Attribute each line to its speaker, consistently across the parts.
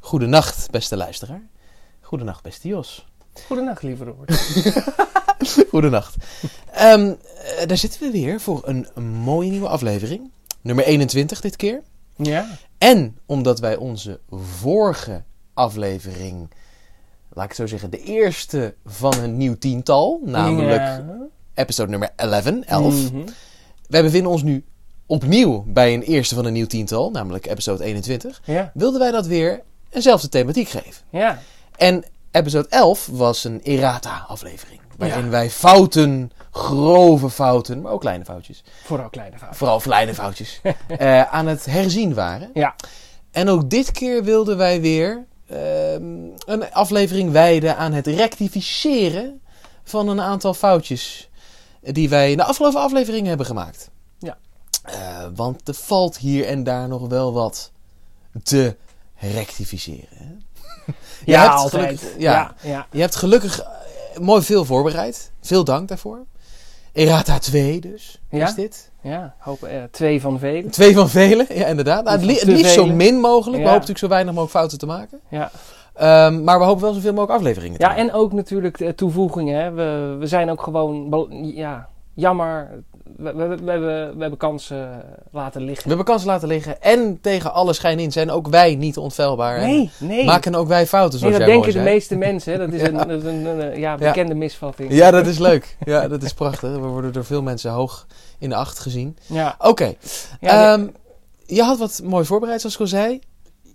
Speaker 1: Goedenacht, beste luisteraar. Goedenacht, beste Jos.
Speaker 2: Goedenacht, lieve Robert.
Speaker 1: Goedenacht. Ehm eh, daar zitten we weer voor een, een mooie nieuwe aflevering. Nummer 21 dit keer.
Speaker 2: ja,
Speaker 1: En omdat wij onze vorige aflevering, laat ik het zo zeggen, de eerste van een nieuw tiental, namelijk
Speaker 2: Ja.
Speaker 1: episode nummer 11, 11.
Speaker 2: eh, Mhm.
Speaker 1: Wij bevinden ons nu opnieuw bij een eerste van een nieuw tiental, namelijk episode 21.
Speaker 2: Ja,
Speaker 1: Wilden wij dat weer eenzelfde thematiek geven.
Speaker 2: ja.
Speaker 1: En episode 11 was een errata-aflevering. Waarin
Speaker 2: Ja.
Speaker 1: wij fouten, grove fouten, maar ook kleine foutjes.
Speaker 2: Vooral kleine fouten.
Speaker 1: Vooral kleine foutjes. eh, aan het herzien waren.
Speaker 2: Ja,
Speaker 1: En ook dit keer wilden wij weer ehm, een aflevering wijden aan het rectificeren van een aantal foutjes. Die wij in de afgelopen aflevering hebben gemaakt.
Speaker 2: Ja.
Speaker 1: Eh, want er valt hier en daar nog wel wat te rectificeren. hè? Je
Speaker 2: ja
Speaker 1: hebt
Speaker 2: altijd.
Speaker 1: gelukkig- ja.
Speaker 2: ja. Ja, ja.
Speaker 1: Je hebt gelukkig eh, mooi veel voorbereid. Veel dank daarvoor. Errata 2 dus,
Speaker 2: Ja?
Speaker 1: is dit.
Speaker 2: Hoop, eh, twee van velen.
Speaker 1: Twee van velen, ja inderdaad. Nou, het, li- het
Speaker 2: Te
Speaker 1: liefst zo
Speaker 2: velen.
Speaker 1: min mogelijk. We hopen
Speaker 2: Ja.
Speaker 1: natuurlijk zo weinig mogelijk fouten te maken.
Speaker 2: Ja,
Speaker 1: Ehm, maar we hopen wel zoveel mogelijk afleveringen te
Speaker 2: ja
Speaker 1: maken.
Speaker 2: en ook natuurlijk de toevoegingen. Hè. We, we zijn ook gewoon, bel- ja, jammer. We, we, we, we hebben, we hebben kansen laten
Speaker 1: We
Speaker 2: liggen.
Speaker 1: hebben kansen laten liggen. En tegen alle schijn in zijn ook wij niet onfeilbaar. En
Speaker 2: Nee, nee.
Speaker 1: Maken ook wij fouten,
Speaker 2: nee
Speaker 1: zoals
Speaker 2: dat
Speaker 1: jij
Speaker 2: denken
Speaker 1: mooi
Speaker 2: de
Speaker 1: zei.
Speaker 2: meeste mensen. Hè. Dat is een, dat is een, een, eh, ja, bekende misvatting.
Speaker 1: Ja, dat is leuk. Ja, dat is prachtig. We worden door veel mensen hoog in de acht gezien.
Speaker 2: Ja.
Speaker 1: Oké,
Speaker 2: Ja,
Speaker 1: ehm, je had wat mooi voorbereid, zoals ik al zei.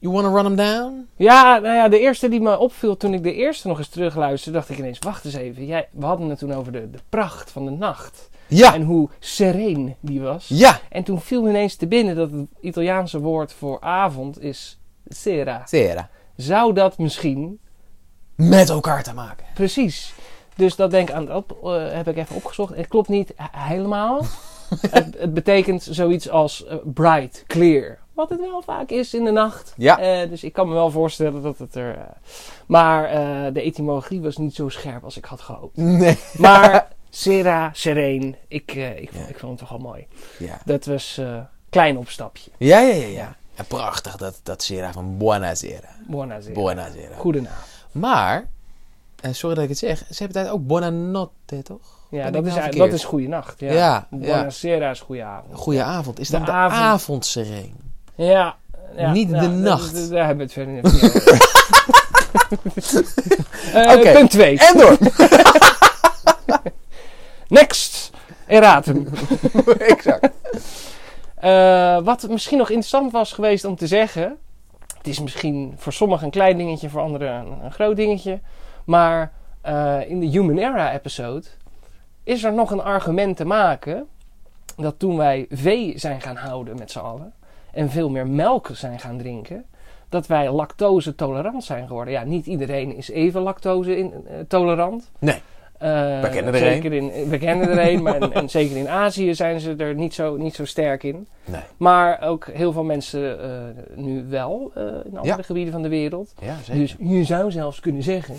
Speaker 1: You wanna run them down?
Speaker 2: Ja, nou ja, de eerste die me opviel toen ik de eerste nog eens terugluisterde, dacht ik ineens, wacht eens even. Jij, we hadden het toen over de, de pracht van de nacht.
Speaker 1: Ja,
Speaker 2: En hoe sereen die was.
Speaker 1: ja.
Speaker 2: En toen viel me ineens te binnen dat het Italiaanse woord voor avond is sera.
Speaker 1: Sera.
Speaker 2: Zou dat misschien...
Speaker 1: met elkaar te maken.
Speaker 2: Precies. Dus dat denk ik aan het op, eh, heb ik even opgezocht. Het klopt niet he- helemaal. het, het betekent zoiets als eh, bright, clear. Wat het wel vaak is in de nacht.
Speaker 1: Ja.
Speaker 2: Eh, dus ik kan me wel voorstellen dat het er. eh, maar eh, de etymologie was niet zo scherp als ik had gehoopt.
Speaker 1: Nee.
Speaker 2: Maar Sera, Sereen, ik, eh, ik,
Speaker 1: Ja.
Speaker 2: ik vond het toch wel mooi.
Speaker 1: Ja,
Speaker 2: Dat was eh, een klein opstapje.
Speaker 1: ja, ja, ja. ja. En prachtig, dat, dat Sera van Buonasera.
Speaker 2: Buonasera.
Speaker 1: Buonasera.
Speaker 2: Goedenavond.
Speaker 1: Maar, en sorry dat ik het zeg, ze hebben tijd ook Buonanotte, toch? Ben
Speaker 2: Ja,
Speaker 1: ik
Speaker 2: dat is,
Speaker 1: nou
Speaker 2: eigenlijk-
Speaker 1: verkeerd?
Speaker 2: dat is goedenavond. Ja.
Speaker 1: Ja, ja.
Speaker 2: Buonasera is goedenavond.
Speaker 1: Goedenavond. Is
Speaker 2: De
Speaker 1: dan de avond,
Speaker 2: avond.
Speaker 1: sereen?
Speaker 2: Ja. ja,
Speaker 1: Niet de
Speaker 2: d-
Speaker 1: nacht.
Speaker 2: d- daar hebben we het verder niet over. Eh,
Speaker 1: Oké.
Speaker 2: Punt 2.
Speaker 1: En door!
Speaker 2: Next. Erratum.
Speaker 1: exact.
Speaker 2: Eh, wat misschien nog interessant was geweest om te zeggen. Het is misschien voor sommigen een klein dingetje, voor anderen een, een groot dingetje. Maar eh, in de Human Era episode is er nog een argument te maken. Dat toen wij vee zijn gaan houden met z'n allen. En veel meer melk zijn gaan drinken. Dat wij lactose tolerant zijn geworden. Ja, niet iedereen is even lactose in, eh, tolerant.
Speaker 1: Nee.
Speaker 2: Eh,
Speaker 1: We kennen er
Speaker 2: zeker in, We kennen er een. maar en, en zeker in Azië zijn ze er niet zo, niet zo sterk in.
Speaker 1: Nee.
Speaker 2: Maar ook heel veel mensen eh, nu wel eh, in andere
Speaker 1: Ja.
Speaker 2: gebieden van de wereld.
Speaker 1: Ja,
Speaker 2: Dus je zou zelfs kunnen zeggen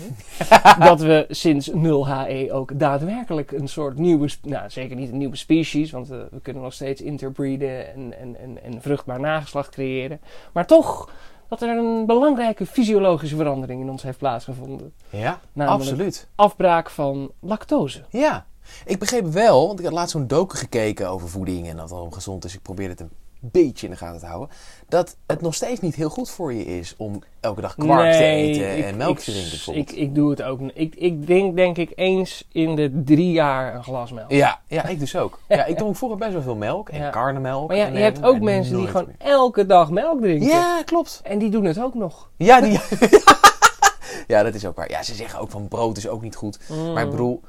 Speaker 2: dat we sinds 0HE ook daadwerkelijk een soort nieuwe, sp- nou zeker niet een nieuwe species, want eh, we kunnen nog steeds interbreden en, en, en, en vruchtbaar nageslacht creëren. Maar toch dat er een belangrijke fysiologische verandering in ons heeft plaatsgevonden.
Speaker 1: Ja,
Speaker 2: Namelijk
Speaker 1: absoluut.
Speaker 2: afbraak van lactose.
Speaker 1: Ja. Ik begreep wel, want ik had laatst zo'n docu gekeken over voeding en dat het allemaal gezond is. Ik probeerde het een beetje in de gaten te houden. Dat het nog steeds niet heel goed voor je is om elke dag kwark te eten en melk te drinken bijvoorbeeld.
Speaker 2: Ik, ik doe het ook. niet. Ik, ik drink denk ik eens in de drie jaar een glas melk.
Speaker 1: Ja, ja, ik dus ook. Ja, ik dronk vroeger best wel veel melk en
Speaker 2: Ja.
Speaker 1: karnemelk.
Speaker 2: Maar ja,
Speaker 1: en
Speaker 2: je hebt
Speaker 1: dingen,
Speaker 2: ook
Speaker 1: en
Speaker 2: mensen die
Speaker 1: nooit
Speaker 2: gewoon
Speaker 1: meer.
Speaker 2: elke dag melk drinken.
Speaker 1: Ja, klopt.
Speaker 2: En die doen het ook nog.
Speaker 1: Ja, die... ja, dat is ook waar. Ja, ze zeggen ook van brood is ook niet goed. Maar
Speaker 2: Mm.
Speaker 1: ik bedoel,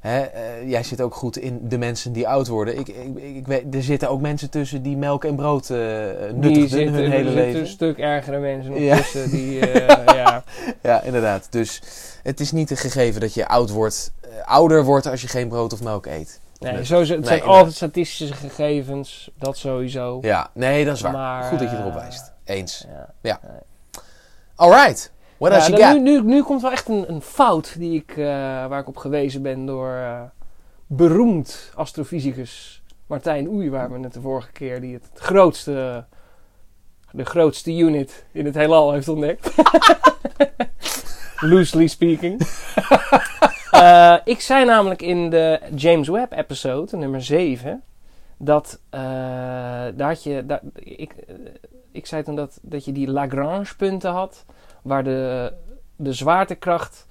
Speaker 1: hè, eh, jij zit ook goed in de mensen die oud worden. Ik, ik, ik weet, er zitten ook mensen tussen die melk en brood eh
Speaker 2: die
Speaker 1: nuttigden
Speaker 2: zitten,
Speaker 1: hun
Speaker 2: er
Speaker 1: hele
Speaker 2: zitten
Speaker 1: leven.
Speaker 2: een stuk ergere mensen nog
Speaker 1: Ja.
Speaker 2: tussen. Die, eh, ja.
Speaker 1: Ja, inderdaad. Dus het is niet een gegeven dat je oud wordt, eh, ouder wordt als je geen brood of melk eet. Of
Speaker 2: Nee,
Speaker 1: nut.
Speaker 2: zo, het
Speaker 1: Nee,
Speaker 2: zijn
Speaker 1: inderdaad.
Speaker 2: altijd statistische gegevens. Dat sowieso.
Speaker 1: Ja, nee, dat is waar.
Speaker 2: Maar,
Speaker 1: goed dat je erop
Speaker 2: eh,
Speaker 1: wijst. Eens.
Speaker 2: Ja.
Speaker 1: Alright. What else
Speaker 2: Ja,
Speaker 1: you
Speaker 2: dan
Speaker 1: got?
Speaker 2: nu, nu, nu komt wel echt een, een fout die ik, eh, waar ik op gewezen ben door eh, beroemd astrofysicus Martijn Oei, waar we het de vorige keer die het grootste de grootste unit in het heelal heeft ontdekt. Loosely speaking. Eh, ik zei namelijk in de James Webb episode, nummer 7, dat eh, daar had je. daar- ik, eh, ik zei toen dat, dat je die Lagrange punten had, waar de, de zwaartekracht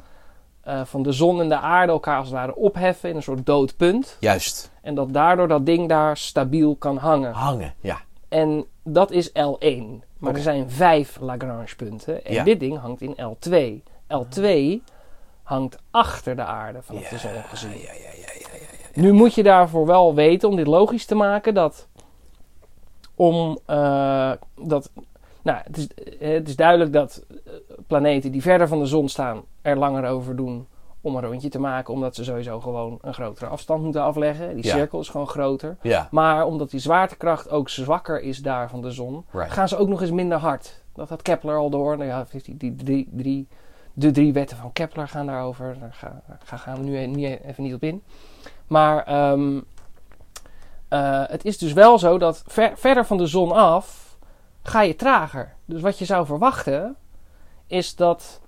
Speaker 2: eh, van de zon en de aarde elkaar als het ware opheffen in een soort dood punt.
Speaker 1: Juist.
Speaker 2: En dat daardoor dat ding daar stabiel kan hangen.
Speaker 1: Hangen. Ja.
Speaker 2: En dat is L1. Maar
Speaker 1: Oké.
Speaker 2: er zijn vijf Lagrange-punten. En
Speaker 1: Ja. Ah.
Speaker 2: dit ding hangt in L2. L2 hangt achter de aarde vanaf de zon gezien. Nu moet je daarvoor wel weten, om dit logisch te maken, dat... Om, eh, dat nou, het, is, eh, het is duidelijk dat eh, planeten die verder van de zon staan er langer over doen om een rondje te maken. Omdat ze sowieso gewoon een grotere afstand moeten afleggen. Die
Speaker 1: Ja.
Speaker 2: cirkel is gewoon groter.
Speaker 1: Ja.
Speaker 2: Maar omdat die zwaartekracht ook zwakker is daar van de zon,
Speaker 1: Right.
Speaker 2: gaan ze ook nog eens minder hard. Dat had Kepler al door. Nou ja, heeft die, die drie, drie, de drie wetten van Kepler gaan daarover. Daar ga- daar gaan we nu e- niet- even niet op in. Maar ehm, eh, het is dus wel zo dat ver- verder van de zon af ga je trager. Dus wat je zou verwachten is dat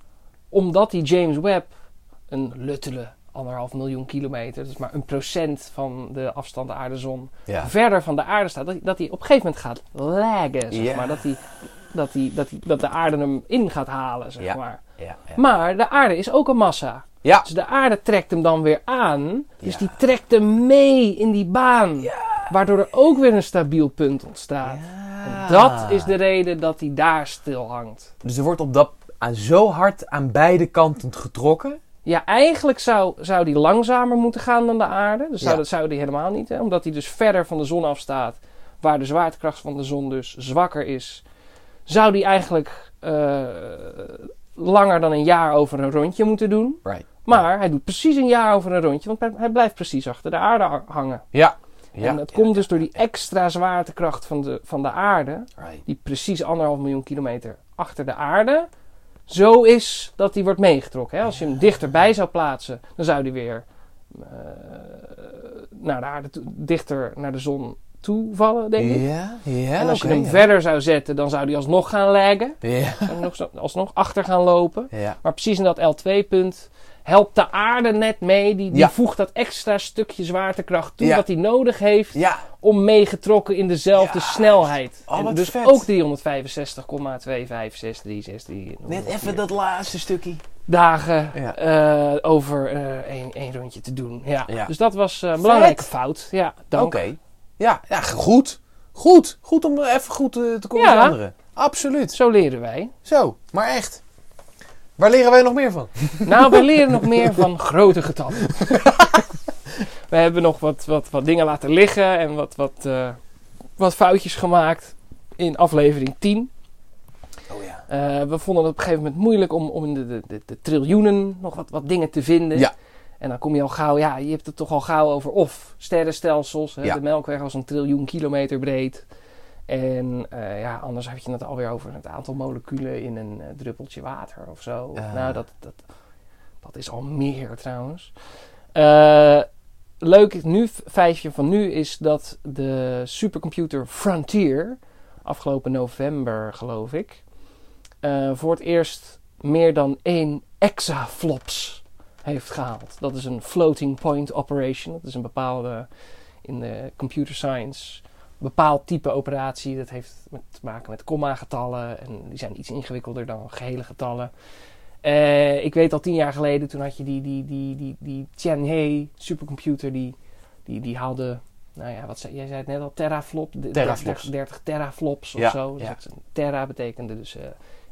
Speaker 2: omdat die James Webb een luttele anderhalf miljoen kilometer, dat is maar een procent van de afstand aarde-zon,
Speaker 1: Ja.
Speaker 2: verder van de aarde staat, dat, dat hij op een gegeven moment gaat laggen, zeg
Speaker 1: Ja.
Speaker 2: maar. Dat, hij, dat, hij, dat, hij, dat de aarde hem in gaat halen, zeg
Speaker 1: Ja.
Speaker 2: maar.
Speaker 1: Ja. ja.
Speaker 2: Maar de aarde is ook een massa.
Speaker 1: Ja.
Speaker 2: Dus de aarde trekt hem dan weer aan. Dus
Speaker 1: Ja.
Speaker 2: die trekt hem mee in die baan. Waardoor er ook weer een stabiel punt ontstaat. En dat is de reden dat hij daar stil hangt.
Speaker 1: Dus er wordt op dat aan zo hard aan beide kanten getrokken.
Speaker 2: Ja, eigenlijk zou, zou die langzamer moeten gaan dan de aarde. Dus zou,
Speaker 1: Ja.
Speaker 2: dat zou die helemaal niet. Hè? Omdat hij dus verder van de zon afstaat. Waar de zwaartekracht van de zon dus zwakker is. Zou die eigenlijk eh, langer dan een jaar over een rondje moeten doen.
Speaker 1: Right.
Speaker 2: Maar hij doet precies een jaar over een rondje. Want hij blijft precies achter de aarde a- hangen.
Speaker 1: Ja. Ja.
Speaker 2: en dat
Speaker 1: ja.
Speaker 2: komt dus door die extra zwaartekracht van de, van de aarde.
Speaker 1: Right.
Speaker 2: Die precies anderhalf miljoen kilometer achter de aarde. Zo is dat die wordt meegetrokken. Hè? Als je hem dichterbij zou plaatsen, dan zou die weer eh, naar de aarde toe- dichter naar de zon toe vallen, denk ik.
Speaker 1: Ja. Ja.
Speaker 2: en als
Speaker 1: oké,
Speaker 2: je hem
Speaker 1: ja.
Speaker 2: verder zou zetten, dan zou die alsnog gaan laggen.
Speaker 1: Ja.
Speaker 2: Zou die nog zo- alsnog achter gaan lopen.
Speaker 1: Ja.
Speaker 2: Maar precies in dat L2-punt helpt de aarde net mee. Die, die
Speaker 1: Ja.
Speaker 2: voegt dat extra stukje zwaartekracht toe
Speaker 1: Ja.
Speaker 2: wat hij nodig heeft
Speaker 1: Ja.
Speaker 2: om meegetrokken in dezelfde
Speaker 1: Ja.
Speaker 2: snelheid.
Speaker 1: Oh,
Speaker 2: En
Speaker 1: wat
Speaker 2: dus
Speaker 1: vet.
Speaker 2: ook 365,256363.
Speaker 1: Net even dat laatste stukje.
Speaker 2: Dagen
Speaker 1: Ja.
Speaker 2: eh, over eh, één één rondje te doen. Ja.
Speaker 1: Ja.
Speaker 2: Dus dat was eh, een belangrijke fout. Ja,
Speaker 1: Oké.
Speaker 2: dank.
Speaker 1: Ja. Ja. Goed. Goed. Goed om even goed eh, te komen
Speaker 2: Ja.
Speaker 1: Absoluut.
Speaker 2: Zo leren wij.
Speaker 1: Zo. Maar echt. Waar leren wij nog meer van?
Speaker 2: Nou, we leren nog meer van grote getallen. we hebben nog wat, wat, wat dingen laten liggen en wat, wat, eh, wat foutjes gemaakt in aflevering 10.
Speaker 1: Oh ja.
Speaker 2: Eh, we vonden het op een gegeven moment moeilijk om, om in de, de, de, de triljoenen nog wat, wat dingen te vinden.
Speaker 1: Ja.
Speaker 2: En dan kom je al gauw, ja, je hebt het toch al gauw over of sterrenstelsels. Hè,
Speaker 1: Ja.
Speaker 2: De Melkweg was een triljoen kilometer breed. En eh, ja, anders had je het alweer over het aantal moleculen in een eh, druppeltje water of zo.
Speaker 1: Eh.
Speaker 2: Nou, dat, dat, dat is al meer trouwens. Eh, leuk nu, feitje van nu is dat de supercomputer Frontier afgelopen november, geloof ik, eh, voor het eerst meer dan één exaflops heeft gehaald. Dat is een floating point operation. Dat is een bepaalde, in de computer science, bepaald type operatie. Dat heeft met, te maken met comma-getallen en die zijn iets ingewikkelder dan gehele getallen. Eh, ik weet al tien jaar geleden, toen had je die, die, die, die, die Tianhe supercomputer, die, die, die haalde, nou ja, wat zei, jij zei het net al, teraflop, de-
Speaker 1: Teraflops.
Speaker 2: 30, 30 teraflops of
Speaker 1: Ja,
Speaker 2: zo. Dus
Speaker 1: ja.
Speaker 2: dat- terra betekende dus, eh,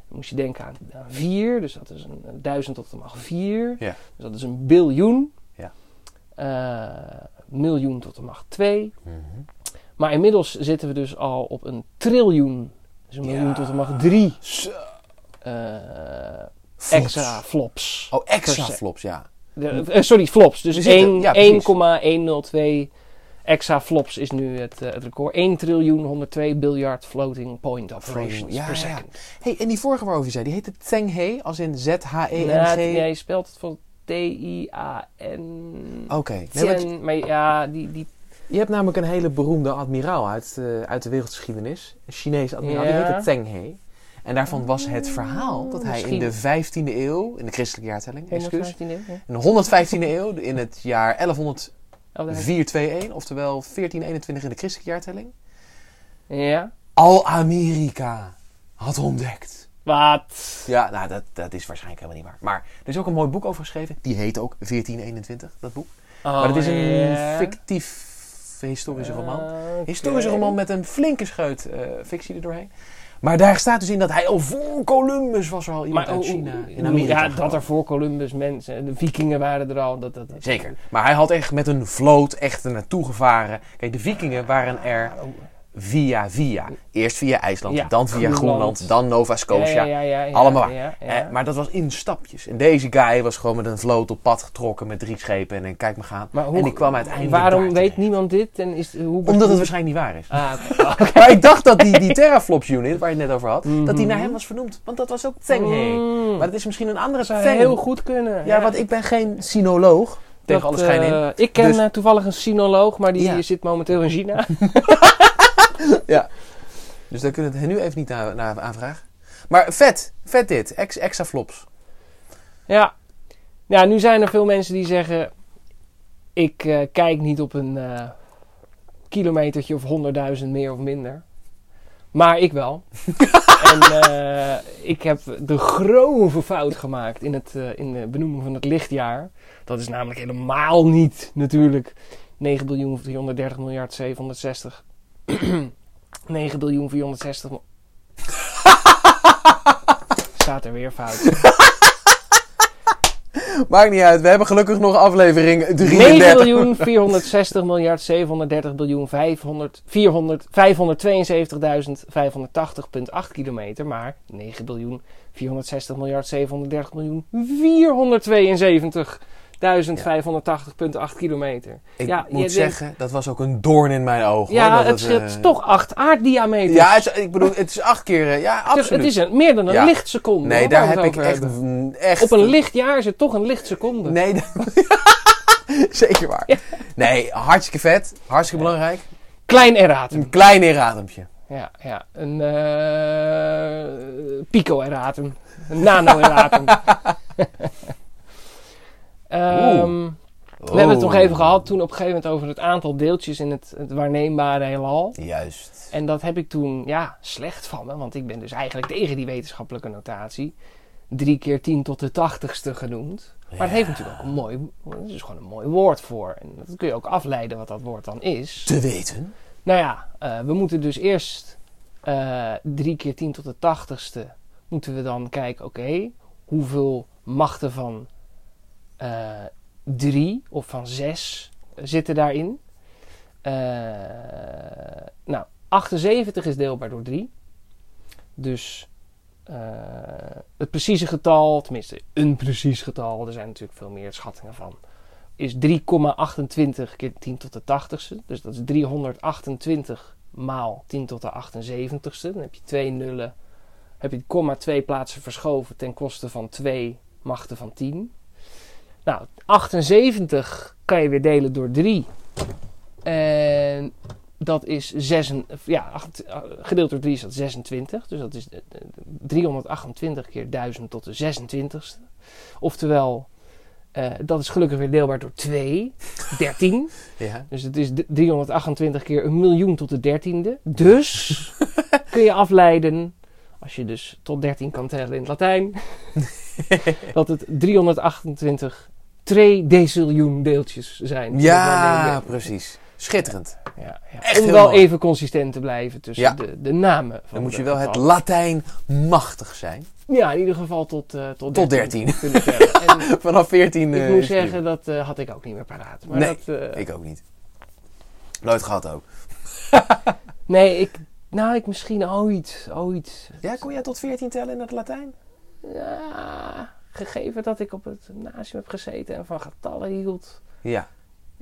Speaker 2: moest je denken aan, aan vier, dus dat is een, een duizend tot de macht vier.
Speaker 1: Ja.
Speaker 2: Dus dat is een biljoen.
Speaker 1: Ja.
Speaker 2: Eh, miljoen tot de macht twee.
Speaker 1: Mhm.
Speaker 2: Maar inmiddels zitten we dus al op een triljoen. Dus een miljoen
Speaker 1: Ja.
Speaker 2: tot de macht drie
Speaker 1: Zo.
Speaker 2: eh,
Speaker 1: Flops.
Speaker 2: extra flops.
Speaker 1: Oh, extra
Speaker 2: Per se.
Speaker 1: flops, ja.
Speaker 2: De- eh, sorry, flops. Dus
Speaker 1: We zitten- ja, precies.
Speaker 2: 1,102 extra flops is nu het, eh, het record. 1 triljoen 102 biljard floating point operations
Speaker 1: Ja,
Speaker 2: per
Speaker 1: ja, ja.
Speaker 2: second.
Speaker 1: hey, en die vorige waarover je zei, die heette Tenghe, als in E
Speaker 2: Ja,
Speaker 1: Z-H-E-N-G.
Speaker 2: jij speelt het van T-I-A-N.
Speaker 1: Oké. Nee, want-
Speaker 2: Tien, maar ja, die, die,
Speaker 1: Je hebt namelijk een hele beroemde admiraal uit, eh, uit de wereldgeschiedenis. Een Chinees admiraal, die
Speaker 2: Ja.
Speaker 1: heette Tang He. En daarvan was het verhaal dat hij in
Speaker 2: Misschien.
Speaker 1: de 15e eeuw, in de christelijke jaartelling, excuus,
Speaker 2: 115 eeuw, ja.
Speaker 1: in de 115e eeuw, in het jaar 1100
Speaker 2: Oh, daar heb ik-
Speaker 1: 421, oftewel 1421 in de christelijke jaartelling,
Speaker 2: Ja.
Speaker 1: al Amerika had ontdekt.
Speaker 2: Wat?
Speaker 1: Ja, nou, dat, dat is waarschijnlijk helemaal niet waar. Maar er is ook een mooi boek over geschreven. Die heet ook 1421, dat boek. maar
Speaker 2: Oh,
Speaker 1: het is een fictief
Speaker 2: Eh,
Speaker 1: historische roman. Historische roman met een flinke scheut eh, fictie erdoorheen. Maar daar staat dus in dat hij al voor Columbus was er al iemand uit China in Amerika.
Speaker 2: Ja, dat er voor Columbus mensen, de vikingen waren er al. Dat, dat, dat-
Speaker 1: Zeker. Maar hij had echt met een vloot echt er naartoe gevaren. Kijk, de vikingen waren er
Speaker 2: Oh,
Speaker 1: via via. Eerst via IJsland,
Speaker 2: Ja,
Speaker 1: dan via Groenland,
Speaker 2: Groenland.
Speaker 1: dan Nova Scotia.
Speaker 2: ja, ja, ja, ja,
Speaker 1: allemaal waar.
Speaker 2: ja, ja.
Speaker 1: Eh, maar dat was in stapjes. En deze guy was gewoon met een vloot op pad getrokken met drie schepen en een kijk me gaan.
Speaker 2: Maar hoe-
Speaker 1: en die kwam uiteindelijk
Speaker 2: Waarom
Speaker 1: daar
Speaker 2: weet
Speaker 1: terecht.
Speaker 2: niemand dit? En is, hoe
Speaker 1: Omdat het waarschijnlijk niet waar is.
Speaker 2: Ah, oké.
Speaker 1: Maar ik dacht dat die, die terraflops unit, waar je het net over had, dat die naar hem was vernoemd. Want dat was ook Teng He.
Speaker 2: Mhm. Mm.
Speaker 1: Maar het is misschien een andere
Speaker 2: zou
Speaker 1: Teng.
Speaker 2: heel goed kunnen.
Speaker 1: Ja, want ik ben geen sinoloog. Tegen
Speaker 2: Dat,
Speaker 1: alles geen in.
Speaker 2: eh, Ik ken
Speaker 1: Dus-
Speaker 2: eh, toevallig een sinoloog, maar die
Speaker 1: Ja.
Speaker 2: zit momenteel in China.
Speaker 1: Dus daar kunnen we het nu even niet naar, naar aanvragen. Maar vet, vet dit. Ex, exaflops.
Speaker 2: ja. ja, nu zijn er veel mensen die zeggen... Ik eh, kijk niet op een eh, kilometertje of honderdduizend meer of minder. Maar ik wel. en eh, ik heb de grove fout gemaakt in, het, eh, in de benoeming van het lichtjaar. Dat is namelijk helemaal niet natuurlijk 9 biljoen 430 miljard 760. 9 biljoen 460. mil- Staat er weer fout.
Speaker 1: Maakt niet uit. We hebben gelukkig nog aflevering
Speaker 2: 9
Speaker 1: 33.
Speaker 2: biljoen 460 miljard 730 biljoen 500 400 572.580.8 kilometer, maar 9 biljoen 460 miljard 730 miljoen 472.580.8 kilometer.
Speaker 1: Ik
Speaker 2: Ja, je
Speaker 1: moet
Speaker 2: denkt-
Speaker 1: zeggen, dat was ook een doorn in mijn oog. hoor,
Speaker 2: Ja,
Speaker 1: dat
Speaker 2: het scheelt
Speaker 1: eh,
Speaker 2: toch 8 aarddiameters.
Speaker 1: Ja, het is- ik bedoel, het is acht keer... eh, Ja,
Speaker 2: Dus
Speaker 1: absoluut.
Speaker 2: het is een, meer dan een
Speaker 1: Ja.
Speaker 2: lichtseconde.
Speaker 1: nee,
Speaker 2: waar
Speaker 1: daar
Speaker 2: we het
Speaker 1: heb ik
Speaker 2: over
Speaker 1: echt,
Speaker 2: hebben.
Speaker 1: echt...
Speaker 2: Op een lichtjaar zit toch een lichtseconde.
Speaker 1: Nee, dat- zeker waar. Nee, hartstikke vet. Hartstikke belangrijk.
Speaker 2: Klein erratum.
Speaker 1: Een klein inadempje.
Speaker 2: Ja, ja. Een eh pico-erratum. Een nano-erratum. Ehm, we hebben het nog
Speaker 1: Oh.
Speaker 2: even gehad toen op een gegeven moment over het aantal deeltjes in het, het waarneembare heelal.
Speaker 1: Juist.
Speaker 2: En dat heb ik toen ja, slecht van me, want ik ben dus eigenlijk tegen die wetenschappelijke notatie. 3 keer 10 tot de 80ste genoemd. Maar het heeft natuurlijk ook een mooi, het is gewoon een mooi woord voor. En dat kun je ook afleiden wat dat woord dan is.
Speaker 1: Te weten.
Speaker 2: Nou ja, eh, we moeten dus eerst eh 3 keer 10 tot de 80ste. Moeten we dan kijken, oké, hoeveel machten van 3 of van 6 zitten daarin? Eh, nou, 78 is deelbaar door 3. Dus eh, het precieze getal, tenminste een precies getal, er zijn natuurlijk veel meer schattingen van is 3,28 keer 10 tot de 80ste. Dus dat is 328 maal 10 tot de 78ste. Dan heb je twee nullen. Heb je het komma twee plaatsen verschoven ten koste van 2 machten van 10. Nou, 78 kan je weer delen door 3. En dat is 6, ja, acht- eh, gedeeld door 3 is dat 26. Dus dat is eh, eh, 328 keer 1000 tot de 26ste. Oftewel, eh, dat is gelukkig weer deelbaar door 2, 13.
Speaker 1: Ja.
Speaker 2: Dus het is d- 328 keer een miljoen tot de dertiende. Dus kun je afleiden, als je dus tot 13 kan tellen in het Latijn, dat het 328 twee deciljoen deeltjes zijn.
Speaker 1: Ja, precies. Schitterend.
Speaker 2: ja, ja.
Speaker 1: Echt
Speaker 2: Om
Speaker 1: heel
Speaker 2: wel
Speaker 1: mooi.
Speaker 2: even consistent te blijven tussen
Speaker 1: Ja.
Speaker 2: de, de namen. Van
Speaker 1: Dan moet
Speaker 2: de
Speaker 1: je wel het
Speaker 2: getallen.
Speaker 1: Latijn machtig zijn.
Speaker 2: Ja, in ieder geval tot, eh tot,
Speaker 1: Tot
Speaker 2: 13. kunnen tellen. En
Speaker 1: Vanaf 14
Speaker 2: ik
Speaker 1: eh,
Speaker 2: moet
Speaker 1: is prima.
Speaker 2: zeggen, dat eh, had ik ook niet meer paraat. Maar
Speaker 1: Nee,
Speaker 2: dat, eh,
Speaker 1: Ik ook niet. Nooit gehad ook.
Speaker 2: Nee, ik, nou, ik misschien ooit, ooit.
Speaker 1: Ja, kon jij tot 14 tellen in het Latijn?
Speaker 2: Ja, gegeven dat ik op het gymnasium heb gezeten en van getallen hield,
Speaker 1: Ja.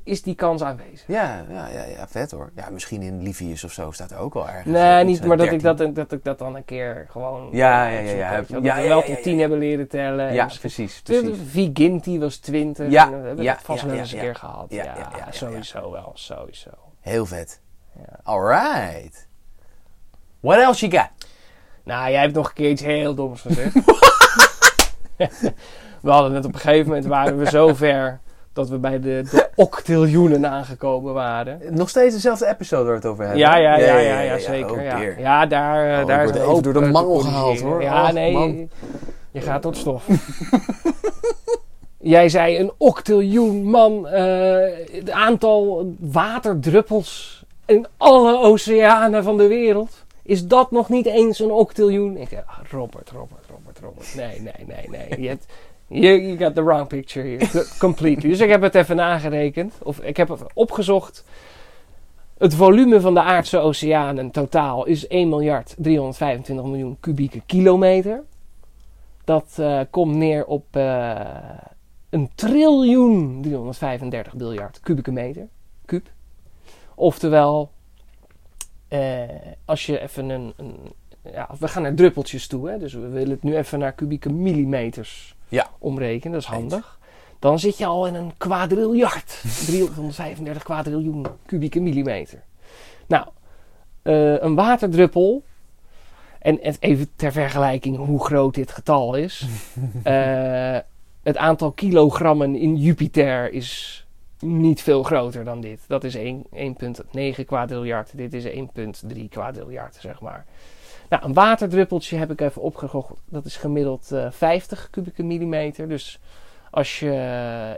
Speaker 2: is die kans aanwezig.
Speaker 1: Ja, ja, ja, ja, vet hoor. Ja, misschien in Livius of zo staat er ook wel ergens.
Speaker 2: Nee,
Speaker 1: iets
Speaker 2: niet,
Speaker 1: met
Speaker 2: maar dat ik
Speaker 1: 13.
Speaker 2: dat, dat ik dat dan een keer gewoon...
Speaker 1: Ja,
Speaker 2: eh,
Speaker 1: ja, ja, ja.
Speaker 2: zoek, weet je wel,
Speaker 1: Ja,
Speaker 2: Dat we
Speaker 1: ja,
Speaker 2: wel
Speaker 1: ja,
Speaker 2: tot
Speaker 1: ja,
Speaker 2: 10
Speaker 1: ja.
Speaker 2: hebben leren tellen. en
Speaker 1: Ja,
Speaker 2: misschien-
Speaker 1: precies,
Speaker 2: De
Speaker 1: precies.
Speaker 2: Viginti was 20.
Speaker 1: Ja,
Speaker 2: en dat hebben we
Speaker 1: ja,
Speaker 2: vast
Speaker 1: ja,
Speaker 2: wel
Speaker 1: ja,
Speaker 2: eens een
Speaker 1: ja.
Speaker 2: keer gehad.
Speaker 1: Ja,
Speaker 2: Ja,
Speaker 1: ja, ja, ja, ja.
Speaker 2: sowieso wel, sowieso.
Speaker 1: Heel vet. Alright. What else you got?
Speaker 2: Nou, jij hebt nog een keer iets heel doms gezegd. we hadden net op een gegeven moment waren we zo ver dat we bij de, de octiljoenen aangekomen waren.
Speaker 1: Nog steeds dezelfde episode waar we het over hebben.
Speaker 2: Ja, ja, ja, ja, ja, zeker.
Speaker 1: oh
Speaker 2: Ja,
Speaker 1: dear.
Speaker 2: ja daar, eh,
Speaker 1: Oh,
Speaker 2: daar
Speaker 1: ik
Speaker 2: is
Speaker 1: word
Speaker 2: de
Speaker 1: even
Speaker 2: hoop
Speaker 1: door de
Speaker 2: eh, te
Speaker 1: mangel
Speaker 2: corrigeren.
Speaker 1: gehaald, hoor.
Speaker 2: Ja,
Speaker 1: Ach,
Speaker 2: nee,
Speaker 1: man.
Speaker 2: je gaat tot stof. Jij zei een octiljoen man, eh, het aantal waterdruppels in alle oceanen van de wereld. Is dat nog niet eens een octiljoen? Ik zei, ah, Robert, Robert, Robert, Robert. Nee, nee, nee, nee. Je hebt, you, you got the wrong picture here. Co- Completely. Dus ik heb het even nagerekend. Of ik heb het opgezocht. Het volume van de aardse oceanen totaal is 1 miljard 325 miljoen kubieke kilometer. Dat eh, komt neer op eh een triljoen 335 biljard kubieke meter. Kuub. Oftewel, eh, als je even een. een ja, we gaan naar druppeltjes toe, hè? dus we willen het nu even naar kubieke millimeters
Speaker 1: Ja.
Speaker 2: omrekenen, dat is handig. Dan zit je al in een kwadriljard, 335 kwadriljoen kubieke millimeter. Nou, eh, een waterdruppel, en het- even ter vergelijking hoe groot dit getal is. eh, het aantal kilogrammen in Jupiter is niet veel groter dan dit. Dat is één- 1,9 kwadriljard. Dit is 1,3 kwadriljard, zeg maar. Nou, een waterdruppeltje heb ik even opgezocht. Dat is gemiddeld eh, 50 kubieke millimeter. Dus als je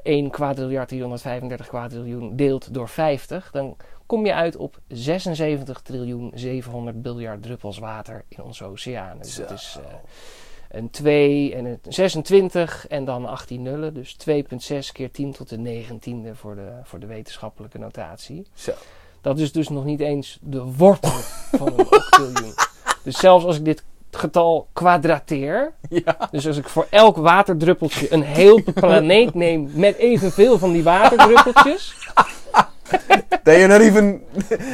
Speaker 2: eh, 1 kwadriljard 335 kwadriljoen deelt door 50, dan kom je uit op 76 triljoen 700 biljard druppels water in onze oceanen. Dus dat
Speaker 1: Zo.
Speaker 2: is eh, een 2 en een 26 en dan 18 nullen. Dus 2,6 keer 10 tot de 19e voor de, voor de wetenschappelijke notatie.
Speaker 1: Zo.
Speaker 2: Dat is dus nog niet eens de wortel van een octiljoen. Dus zelfs als ik dit getal kwadrateer,
Speaker 1: Ja.
Speaker 2: dus als ik voor elk waterdruppeltje een heel planeet neem met evenveel van die waterdruppeltjes,
Speaker 1: Dat je nog even...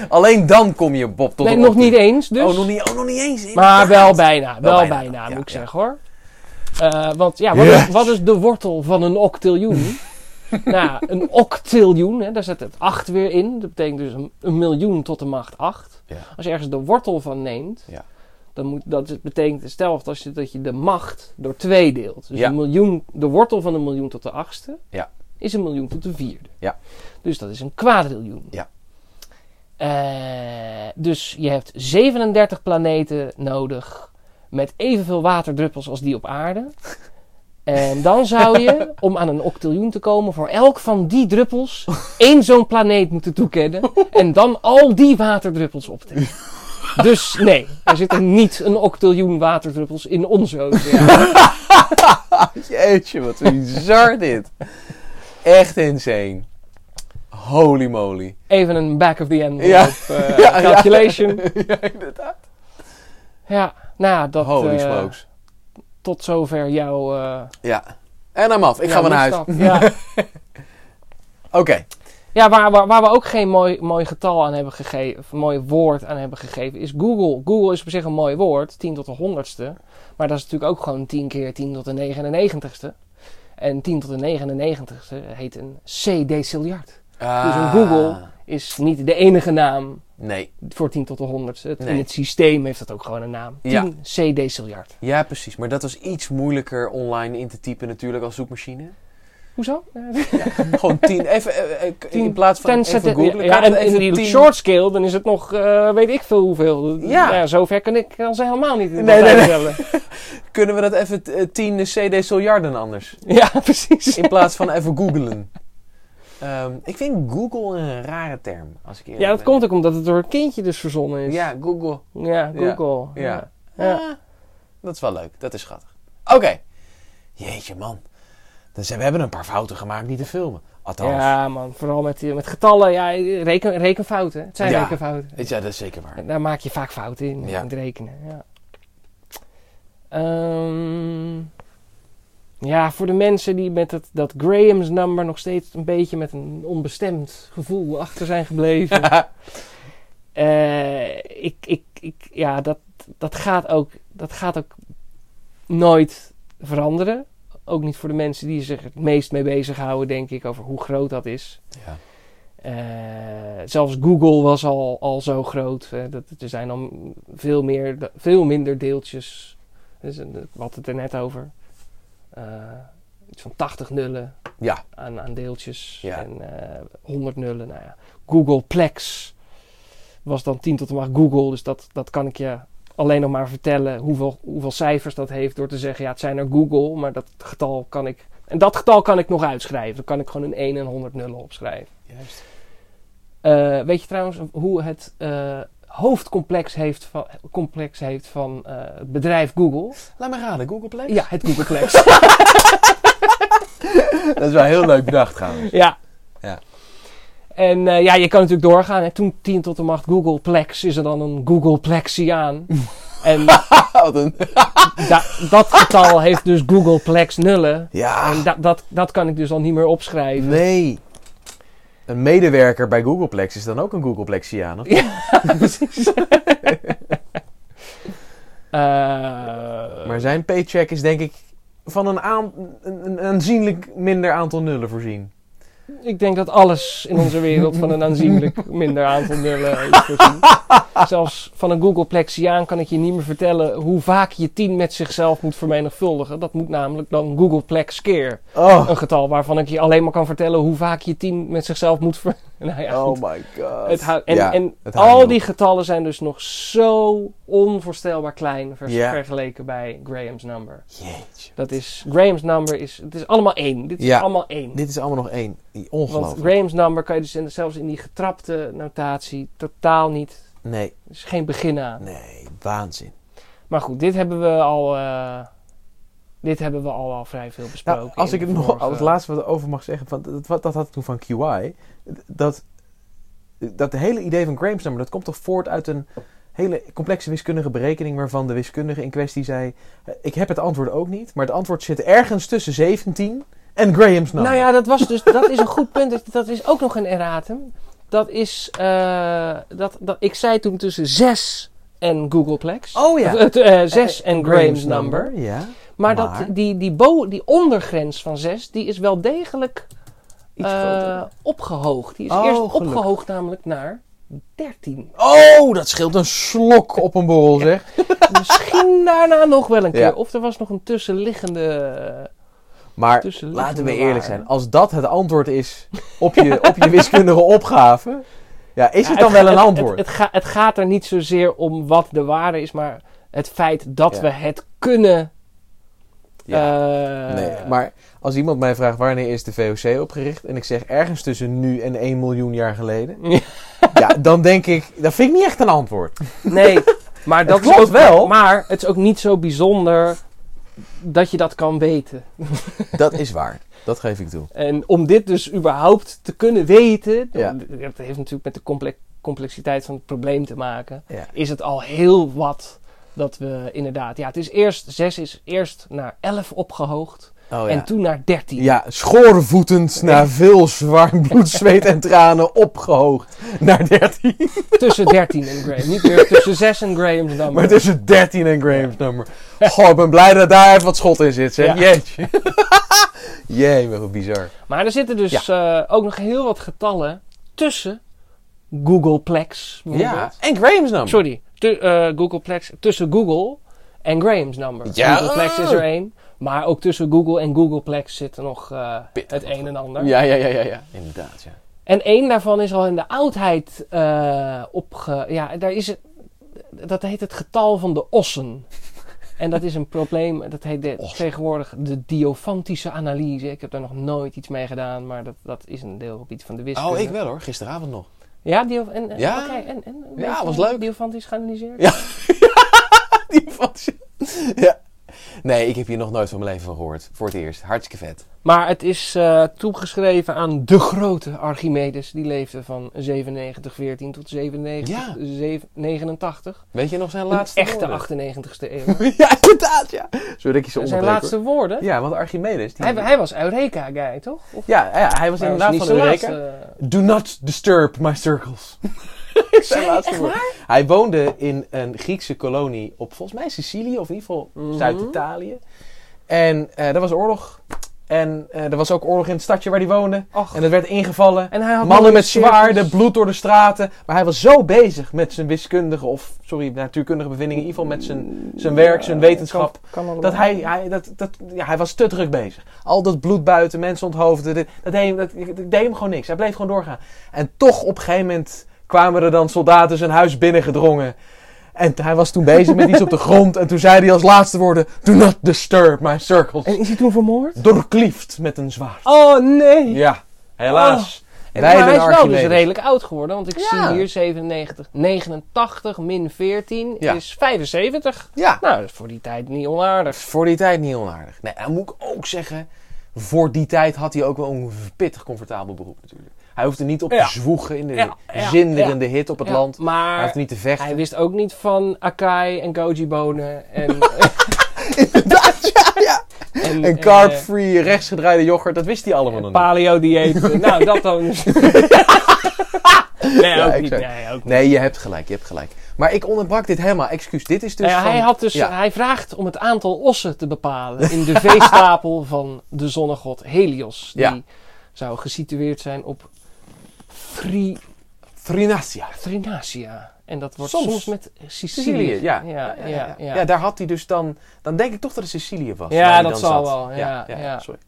Speaker 1: Alleen dan kom je, Bob, tot
Speaker 2: nee,
Speaker 1: een
Speaker 2: nog
Speaker 1: optie.
Speaker 2: niet eens dus.
Speaker 1: Oh, nog niet, oh, nog niet eens.
Speaker 2: Maar
Speaker 1: inderdaad.
Speaker 2: wel bijna, wel,
Speaker 1: Wel
Speaker 2: bijna,
Speaker 1: bijna, ja,
Speaker 2: moet ik
Speaker 1: ja.
Speaker 2: zeggen hoor. Eh, want ja, wat,
Speaker 1: Yes.
Speaker 2: is, wat is de wortel van een octiljoen? nou, een octiljoen, hè, daar zit het 8 weer in. Dat betekent dus een, een miljoen tot de macht 8.
Speaker 1: Ja.
Speaker 2: Als je ergens de wortel van neemt,
Speaker 1: Ja.
Speaker 2: dan moet, dat is- betekent hetzelfde als je, dat je de macht door 2 deelt. Dus
Speaker 1: Ja.
Speaker 2: een miljoen, de wortel van een miljoen tot de achtste
Speaker 1: Ja.
Speaker 2: is een miljoen tot de vierde.
Speaker 1: Ja.
Speaker 2: Dus dat is een kwadriljoen.
Speaker 1: Ja.
Speaker 2: Eh, dus je hebt 37 planeten nodig met evenveel waterdruppels als die op aarde. En dan zou je, om aan een octiljoen te komen, voor elk van die druppels één zo'n planeet moeten toekennen. En dan al die waterdruppels optellen. Dus nee, er zitten niet een octiljoen waterdruppels in onze oceaan.
Speaker 1: Jeetje, wat bizar dit. Echt insane. Holy moly.
Speaker 2: Even een back of the envelope
Speaker 1: Ja.
Speaker 2: eh,
Speaker 1: Ja, ja.
Speaker 2: calculation.
Speaker 1: ja, inderdaad.
Speaker 2: Ja, nou, dat
Speaker 1: Holy
Speaker 2: eh,
Speaker 1: smokes.
Speaker 2: tot zover jouw... eh,
Speaker 1: Ja. En I'm af. Ik ga
Speaker 2: jouw
Speaker 1: maar naar huis.
Speaker 2: misstap. Ja,
Speaker 1: Oké.
Speaker 2: ja waar, waar, waar we ook geen mooi, mooi getal aan hebben gegeven, of een mooi woord aan hebben gegeven, is Google. Google is op zich een mooi woord, 10 tot de 100ste. Maar dat is natuurlijk ook gewoon 10 keer 10 tot de 99ste. En 10 tot de 99ste heet een C-deciljard. Dus een
Speaker 1: Ah.
Speaker 2: Google is niet de enige naam
Speaker 1: Nee.
Speaker 2: voor 10 tot de 100ste. Het- In
Speaker 1: Nee.
Speaker 2: het systeem heeft dat ook gewoon een naam. 10
Speaker 1: Ja.
Speaker 2: C-deciljard.
Speaker 1: Ja, precies. Maar dat was iets moeilijker online in te typen natuurlijk als zoekmachine.
Speaker 2: Hoezo? Eh,
Speaker 1: Gewoon tien. Even, eh, eh, in
Speaker 2: Tien-
Speaker 1: plaats van
Speaker 2: Ten
Speaker 1: even
Speaker 2: zetten-
Speaker 1: googlen.
Speaker 2: ja,
Speaker 1: kan
Speaker 2: en
Speaker 1: het even
Speaker 2: in die
Speaker 1: tien-
Speaker 2: short scale, dan is het nog eh, weet ik veel hoeveel.
Speaker 1: Ja.
Speaker 2: zover kan ik kan ze helemaal niet in de
Speaker 1: Nee, nee,
Speaker 2: tijd hebben.
Speaker 1: Kunnen we dat even t- eh, tien cd miljarden anders?
Speaker 2: Ja, precies.
Speaker 1: In plaats van even googlen. Ehm, ik vind Google een rare term. Als ik eerlijk
Speaker 2: Ja, dat
Speaker 1: ben.
Speaker 2: komt ook omdat het door een kindje dus verzonnen is.
Speaker 1: Ja, Google.
Speaker 2: Ja,
Speaker 1: Ja.
Speaker 2: Google.
Speaker 1: Ja.
Speaker 2: Ja.
Speaker 1: Ah, dat is wel leuk. Dat is schattig. Oké. Jeetje, man. Dus we hebben een paar fouten gemaakt die te filmen. Althans. Ja.
Speaker 2: Ja, man. Vooral met, die- met getallen. Ja, reken, rekenfouten. Het zijn
Speaker 1: Ja.
Speaker 2: rekenfouten.
Speaker 1: ja, dat is zeker waar.
Speaker 2: Daar maak je vaak fouten in,
Speaker 1: Ja.
Speaker 2: in het rekenen. Ja. Ehm, ja, voor de mensen die met dat, dat Graham's number nog steeds een beetje met een onbestemd gevoel achter zijn gebleven. Eh, ik, ik, ik, ja, dat, dat, gaat ook, dat gaat ook nooit veranderen. Ook niet voor de mensen die zich het meest mee bezighouden, denk ik, over hoe groot dat is.
Speaker 1: Ja.
Speaker 2: Eh, Eh, zelfs Google was al, al zo groot. eh, dat, er zijn dan veel, meer, veel minder deeltjes. Dus, eh, we hadden het er net over. Eh, iets van 80 nullen
Speaker 1: Ja.
Speaker 2: aan, aan deeltjes.
Speaker 1: Ja.
Speaker 2: En eh 100 nullen. Nou ja. Google Plex was dan 10 tot de macht Google. Dus dat, dat kan ik je alleen nog maar vertellen hoeveel, hoeveel cijfers dat heeft. Door te zeggen, ja het zijn er Google. Maar dat getal kan ik... En dat getal kan ik nog uitschrijven. Dan kan ik gewoon een 1 en 100 nullen opschrijven.
Speaker 1: Juist.
Speaker 2: Eh, weet je trouwens hoe het eh, hoofdcomplex heeft van, complex heeft van eh, het bedrijf Google?
Speaker 1: Laat me raden, Google Play?
Speaker 2: Ja, het Googleplex.
Speaker 1: Dat is wel heel leuk bedacht trouwens.
Speaker 2: ja.
Speaker 1: Ja.
Speaker 2: En eh, ja, je kan natuurlijk doorgaan. Hè. Toen 10 tot de macht Googleplex is er dan een Googleplexiaan. en
Speaker 1: Wat een...
Speaker 2: da- dat getal heeft dus Googleplex nullen. En
Speaker 1: Ja.
Speaker 2: da- dat, dat kan ik dus al niet meer opschrijven.
Speaker 1: Nee. Een medewerker bij Googleplex is dan ook een Googleplexiaan, of?
Speaker 2: Precies. Eh,
Speaker 1: Maar zijn paycheck is denk ik van een, aan, een, een aanzienlijk minder aantal nullen voorzien.
Speaker 2: Ik denk dat alles in onze wereld van een aanzienlijk minder aantal nullen is voorzien. Zelfs van een Googleplexiaan kan ik je niet meer vertellen hoe vaak je 10 met zichzelf moet vermenigvuldigen. Dat moet namelijk dan Googleplex keer.
Speaker 1: Oh,
Speaker 2: Een getal waarvan ik je alleen maar kan vertellen hoe vaak je 10 met zichzelf moet ver... Nou ja, goed.
Speaker 1: oh my god.
Speaker 2: Het houdt- en
Speaker 1: Ja,
Speaker 2: en
Speaker 1: het houdt niet
Speaker 2: al
Speaker 1: op.
Speaker 2: die getallen zijn dus nog zo onvoorstelbaar klein vers-
Speaker 1: Ja.
Speaker 2: vergeleken bij Graham's number.
Speaker 1: Jeetje.
Speaker 2: Dat is, Graham's number is, het is allemaal één. Dit is
Speaker 1: Ja.
Speaker 2: allemaal één.
Speaker 1: Dit is allemaal nog één. Die
Speaker 2: Want
Speaker 1: Ongelooflijk.
Speaker 2: Graham's number kan je dus in- zelfs in die getrapte notatie totaal niet.
Speaker 1: Nee,
Speaker 2: Er is geen begin aan.
Speaker 1: nee, waanzin.
Speaker 2: Maar goed, dit hebben we al. eh, dit hebben we al, al vrij veel besproken.
Speaker 1: Nou, als
Speaker 2: in
Speaker 1: ik het
Speaker 2: de
Speaker 1: nog
Speaker 2: vorige-
Speaker 1: als laatste wat over mag zeggen, want dat, wat- dat had ik toen van QI. Dat, dat hele idee van Graham's number, dat komt toch voort uit een hele complexe wiskundige berekening waarvan de wiskundige in kwestie zei: eh, Ik heb het antwoord ook niet, maar het antwoord zit ergens tussen 17 en Graham's number.
Speaker 2: Nou ja, dat was dus. dat is een goed punt. Dat- Dat is ook nog een erratum. Dat is. eh, dat, dat, ik zei toen tussen 6 en Googleplex.
Speaker 1: Oh ja. Eh,
Speaker 2: 6 eh, en Graham's number. Eh,
Speaker 1: Ja.
Speaker 2: Maar,
Speaker 1: Maar?
Speaker 2: Dat, die, die, bo die ondergrens van 6, die is wel degelijk
Speaker 1: Iets
Speaker 2: eh,
Speaker 1: groter.
Speaker 2: opgehoogd. Die is
Speaker 1: Oh,
Speaker 2: eerst
Speaker 1: gelukkig.
Speaker 2: opgehoogd namelijk naar 13.
Speaker 1: Oh, dat scheelt een slok op een borrel, zeg.
Speaker 2: Misschien daarna nog wel een keer.
Speaker 1: Ja.
Speaker 2: Of er was nog een tussenliggende... eh,
Speaker 1: Maar
Speaker 2: Tussenliggende
Speaker 1: laten we
Speaker 2: waarde.
Speaker 1: eerlijk zijn, als dat het antwoord is op je, op je wiskundige opgave, ja, is
Speaker 2: Ja,
Speaker 1: het dan wel
Speaker 2: ga-
Speaker 1: een
Speaker 2: Het,
Speaker 1: antwoord?
Speaker 2: het, ga- het gaat er niet zozeer om wat de waarde is, maar het feit dat
Speaker 1: Ja.
Speaker 2: we het kunnen... eh,
Speaker 1: Nee, maar als iemand mij vraagt wanneer is de VOC opgericht en ik zeg ergens tussen nu en 1 miljoen jaar geleden,
Speaker 2: Ja.
Speaker 1: ja, dan denk ik, dat vind ik niet echt een antwoord.
Speaker 2: Nee, maar dat
Speaker 1: klopt
Speaker 2: is ook,
Speaker 1: wel.
Speaker 2: Maar het is ook niet zo bijzonder dat je dat kan weten.
Speaker 1: Dat is waar, dat geef ik toe.
Speaker 2: En om dit dus überhaupt te kunnen weten,
Speaker 1: Ja.
Speaker 2: dat heeft natuurlijk met de comple- complexiteit van het probleem te maken,
Speaker 1: Ja.
Speaker 2: is het al heel wat dat we inderdaad, ja, het is eerst, 6 is eerst naar 11 opgehoogd
Speaker 1: Oh,
Speaker 2: en toen naar 13.
Speaker 1: Ja, schoorvoetend na veel zwaar bloed, zweet en tranen opgehoogd naar 13.
Speaker 2: Tussen 13 en Graham, niet meer tussen 6 en Graham's number.
Speaker 1: Maar dus- tussen 13 en Graham's number. Goh, ik ben blij dat daar even wat schot in zit, zeg.
Speaker 2: Ja.
Speaker 1: Jeetje. Jee, wat bizar.
Speaker 2: Maar er zitten dus eh, ook nog heel wat getallen tussen Googleplex bijvoorbeeld.
Speaker 1: en Graham's number.
Speaker 2: Sorry, tu- eh, Googleplex, tussen Google en Graham's number.
Speaker 1: Ja.
Speaker 2: Googleplex is er één. Maar ook tussen Google en Googleplex zit er nog eh,
Speaker 1: Pittig
Speaker 2: het een en ander.
Speaker 1: Ja, ja, ja, ja, ja. Inderdaad, ja.
Speaker 2: En één daarvan is al in de oudheid eh opge... Ja, daar is het, dat heet het getal van de ossen. En dat is een probleem, dat heet de-
Speaker 1: Ossen.
Speaker 2: tegenwoordig de diofantische analyse. Ik heb daar nog nooit iets mee gedaan, maar dat, dat is eh, een deelgebied van de wiskunde.
Speaker 1: Oh, ik wel hoor. Gisteravond nog.
Speaker 2: Ja, diof- en, en-
Speaker 1: Ja.
Speaker 2: oké, en, en,
Speaker 1: Ja,
Speaker 2: weet je
Speaker 1: was
Speaker 2: hoe
Speaker 1: leuk.
Speaker 2: Diofantisch geanalyseerd?
Speaker 1: Ja. Die fascist. Ja. Nee, ik heb hier nog nooit van mijn leven van gehoord. Voor het eerst. Hartstikke vet.
Speaker 2: Maar het is eh, toegeschreven aan de grote Archimedes. Die leefde van 9714 tot 97,
Speaker 1: Ja.
Speaker 2: 89.
Speaker 1: Weet je nog zijn
Speaker 2: Een
Speaker 1: laatste
Speaker 2: echte
Speaker 1: woorden?
Speaker 2: 98ste eeuw.
Speaker 1: Ja, inderdaad, ja. Zo dat ik je zo
Speaker 2: zijn
Speaker 1: onderbreek.
Speaker 2: laatste woorden.
Speaker 1: hoor. Ja, want Archimedes... Die...
Speaker 2: Hij, hij was Eureka-guy, toch? Of
Speaker 1: Ja, ja, hij was
Speaker 2: hij
Speaker 1: inderdaad
Speaker 2: niet
Speaker 1: van de Eureka.
Speaker 2: zijn laatste-
Speaker 1: Do not disturb my circles. zijn laatste
Speaker 2: echt
Speaker 1: woorden. Hij woonde in een Griekse kolonie op volgens mij Sicilië of in ieder geval
Speaker 2: Mhm.
Speaker 1: Zuid-Italië. En eh er was oorlog.
Speaker 3: En eh, er was ook oorlog in het stadje waar hij woonde.
Speaker 2: Ach.
Speaker 3: En het werd ingevallen.
Speaker 2: En hij had nog
Speaker 3: Mannen
Speaker 2: een
Speaker 3: met
Speaker 2: circus.
Speaker 3: zwaarden, bloed door de straten. Maar hij was zo bezig met zijn wiskundige, of sorry, natuurkundige bevindingen. In ieder geval met zijn, zijn werk, zijn
Speaker 2: Ja,
Speaker 3: wetenschap.
Speaker 2: kan- kan allemaal.
Speaker 3: Dat hij, hij, dat, dat, ja, hij was te druk bezig. Al dat bloed buiten, mensen onthoofden. Dit, dat, deed hem, dat, dat deed hem gewoon niks. Hij bleef gewoon doorgaan. En toch op een gegeven moment kwamen er dan soldaten zijn huis binnengedrongen. En hij was toen bezig met iets op de grond. En toen zei hij als laatste woorden: Do not disturb my circles.
Speaker 2: En is hij toen vermoord?
Speaker 3: Doorklieft met een zwaard. Oh.
Speaker 2: Oh nee!
Speaker 3: Ja, helaas.
Speaker 2: En-
Speaker 3: Wij
Speaker 2: maar hij
Speaker 3: de
Speaker 2: is wel dus
Speaker 3: Archimedes.
Speaker 2: redelijk oud geworden, want ik
Speaker 1: Ja.
Speaker 2: zie hier 97, 89 min 14
Speaker 1: Ja.
Speaker 2: is 75.
Speaker 1: Ja,
Speaker 2: Nou, dat is voor die tijd niet onaardig.
Speaker 1: voor die tijd niet onaardig. Nee, en moet ik ook zeggen, voor die tijd had hij ook wel een pittig comfortabel beroep natuurlijk. Hij hoefde niet op
Speaker 2: Ja.
Speaker 1: te zwoegen in de
Speaker 2: Ja, ja,
Speaker 1: zinderende hit op het
Speaker 2: Ja,
Speaker 1: land. Hij
Speaker 2: Maar
Speaker 1: hoefde niet te vechten.
Speaker 2: hij wist ook niet van Akai en Goji bonen en, en, eh,
Speaker 3: Een carb-free, rechtsgedraaide yoghurt, dat wist hij allemaal nog niet.
Speaker 2: paleo dieet. nou, dat dan. dus. nee,
Speaker 1: Ja,
Speaker 2: ook niet.
Speaker 1: exact.
Speaker 2: Nee, ook niet.
Speaker 1: Nee, je hebt gelijk, je hebt gelijk. Maar ik onderbrak dit helemaal, excuus. Dit is dus
Speaker 2: Nou ja,
Speaker 1: van-
Speaker 2: hij, had dus,
Speaker 1: ja.
Speaker 2: hij vraagt om het aantal ossen te bepalen in de veestapel van de zonnegod Helios. Die
Speaker 1: Ja.
Speaker 2: zou gesitueerd zijn op Fri
Speaker 1: Thrinacia.
Speaker 2: Thrinacia. En dat wordt
Speaker 1: Soms.
Speaker 2: soms, met Sicilië.
Speaker 1: Sicilië, ja.
Speaker 2: Ja, ja, ja,
Speaker 1: ja. Ja, daar had hij dus dan... Dan denk ik toch dat het Sicilië was.
Speaker 2: Ja,
Speaker 1: waar hij
Speaker 2: dat
Speaker 1: dan
Speaker 2: zal
Speaker 1: zat.
Speaker 2: wel, ja, ja.
Speaker 1: Sorry.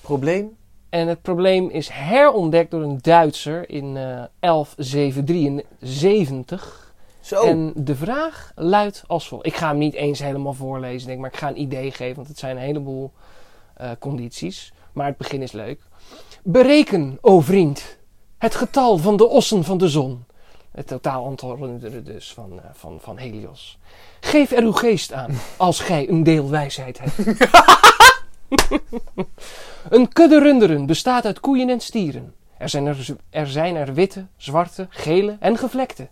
Speaker 1: Probleem?
Speaker 2: En het probleem is herontdekt door een Duitser in eh 1173.
Speaker 1: Zo.
Speaker 2: En de vraag luidt als volgt. Ik ga hem niet eens helemaal voorlezen, denk, ik, maar ik ga een idee geven, want het zijn een heleboel eh, condities. Maar het begin is leuk. Bereken, o vriend, het getal van de ossen van de zon. Het totaal aantal runderen dus van, eh, van, van Helios. Geef er uw geest aan, als gij een deel wijsheid hebt. een kudde runderen bestaat uit koeien en stieren. Er zijn er, z- er zijn er witte, zwarte, gele en gevlekte.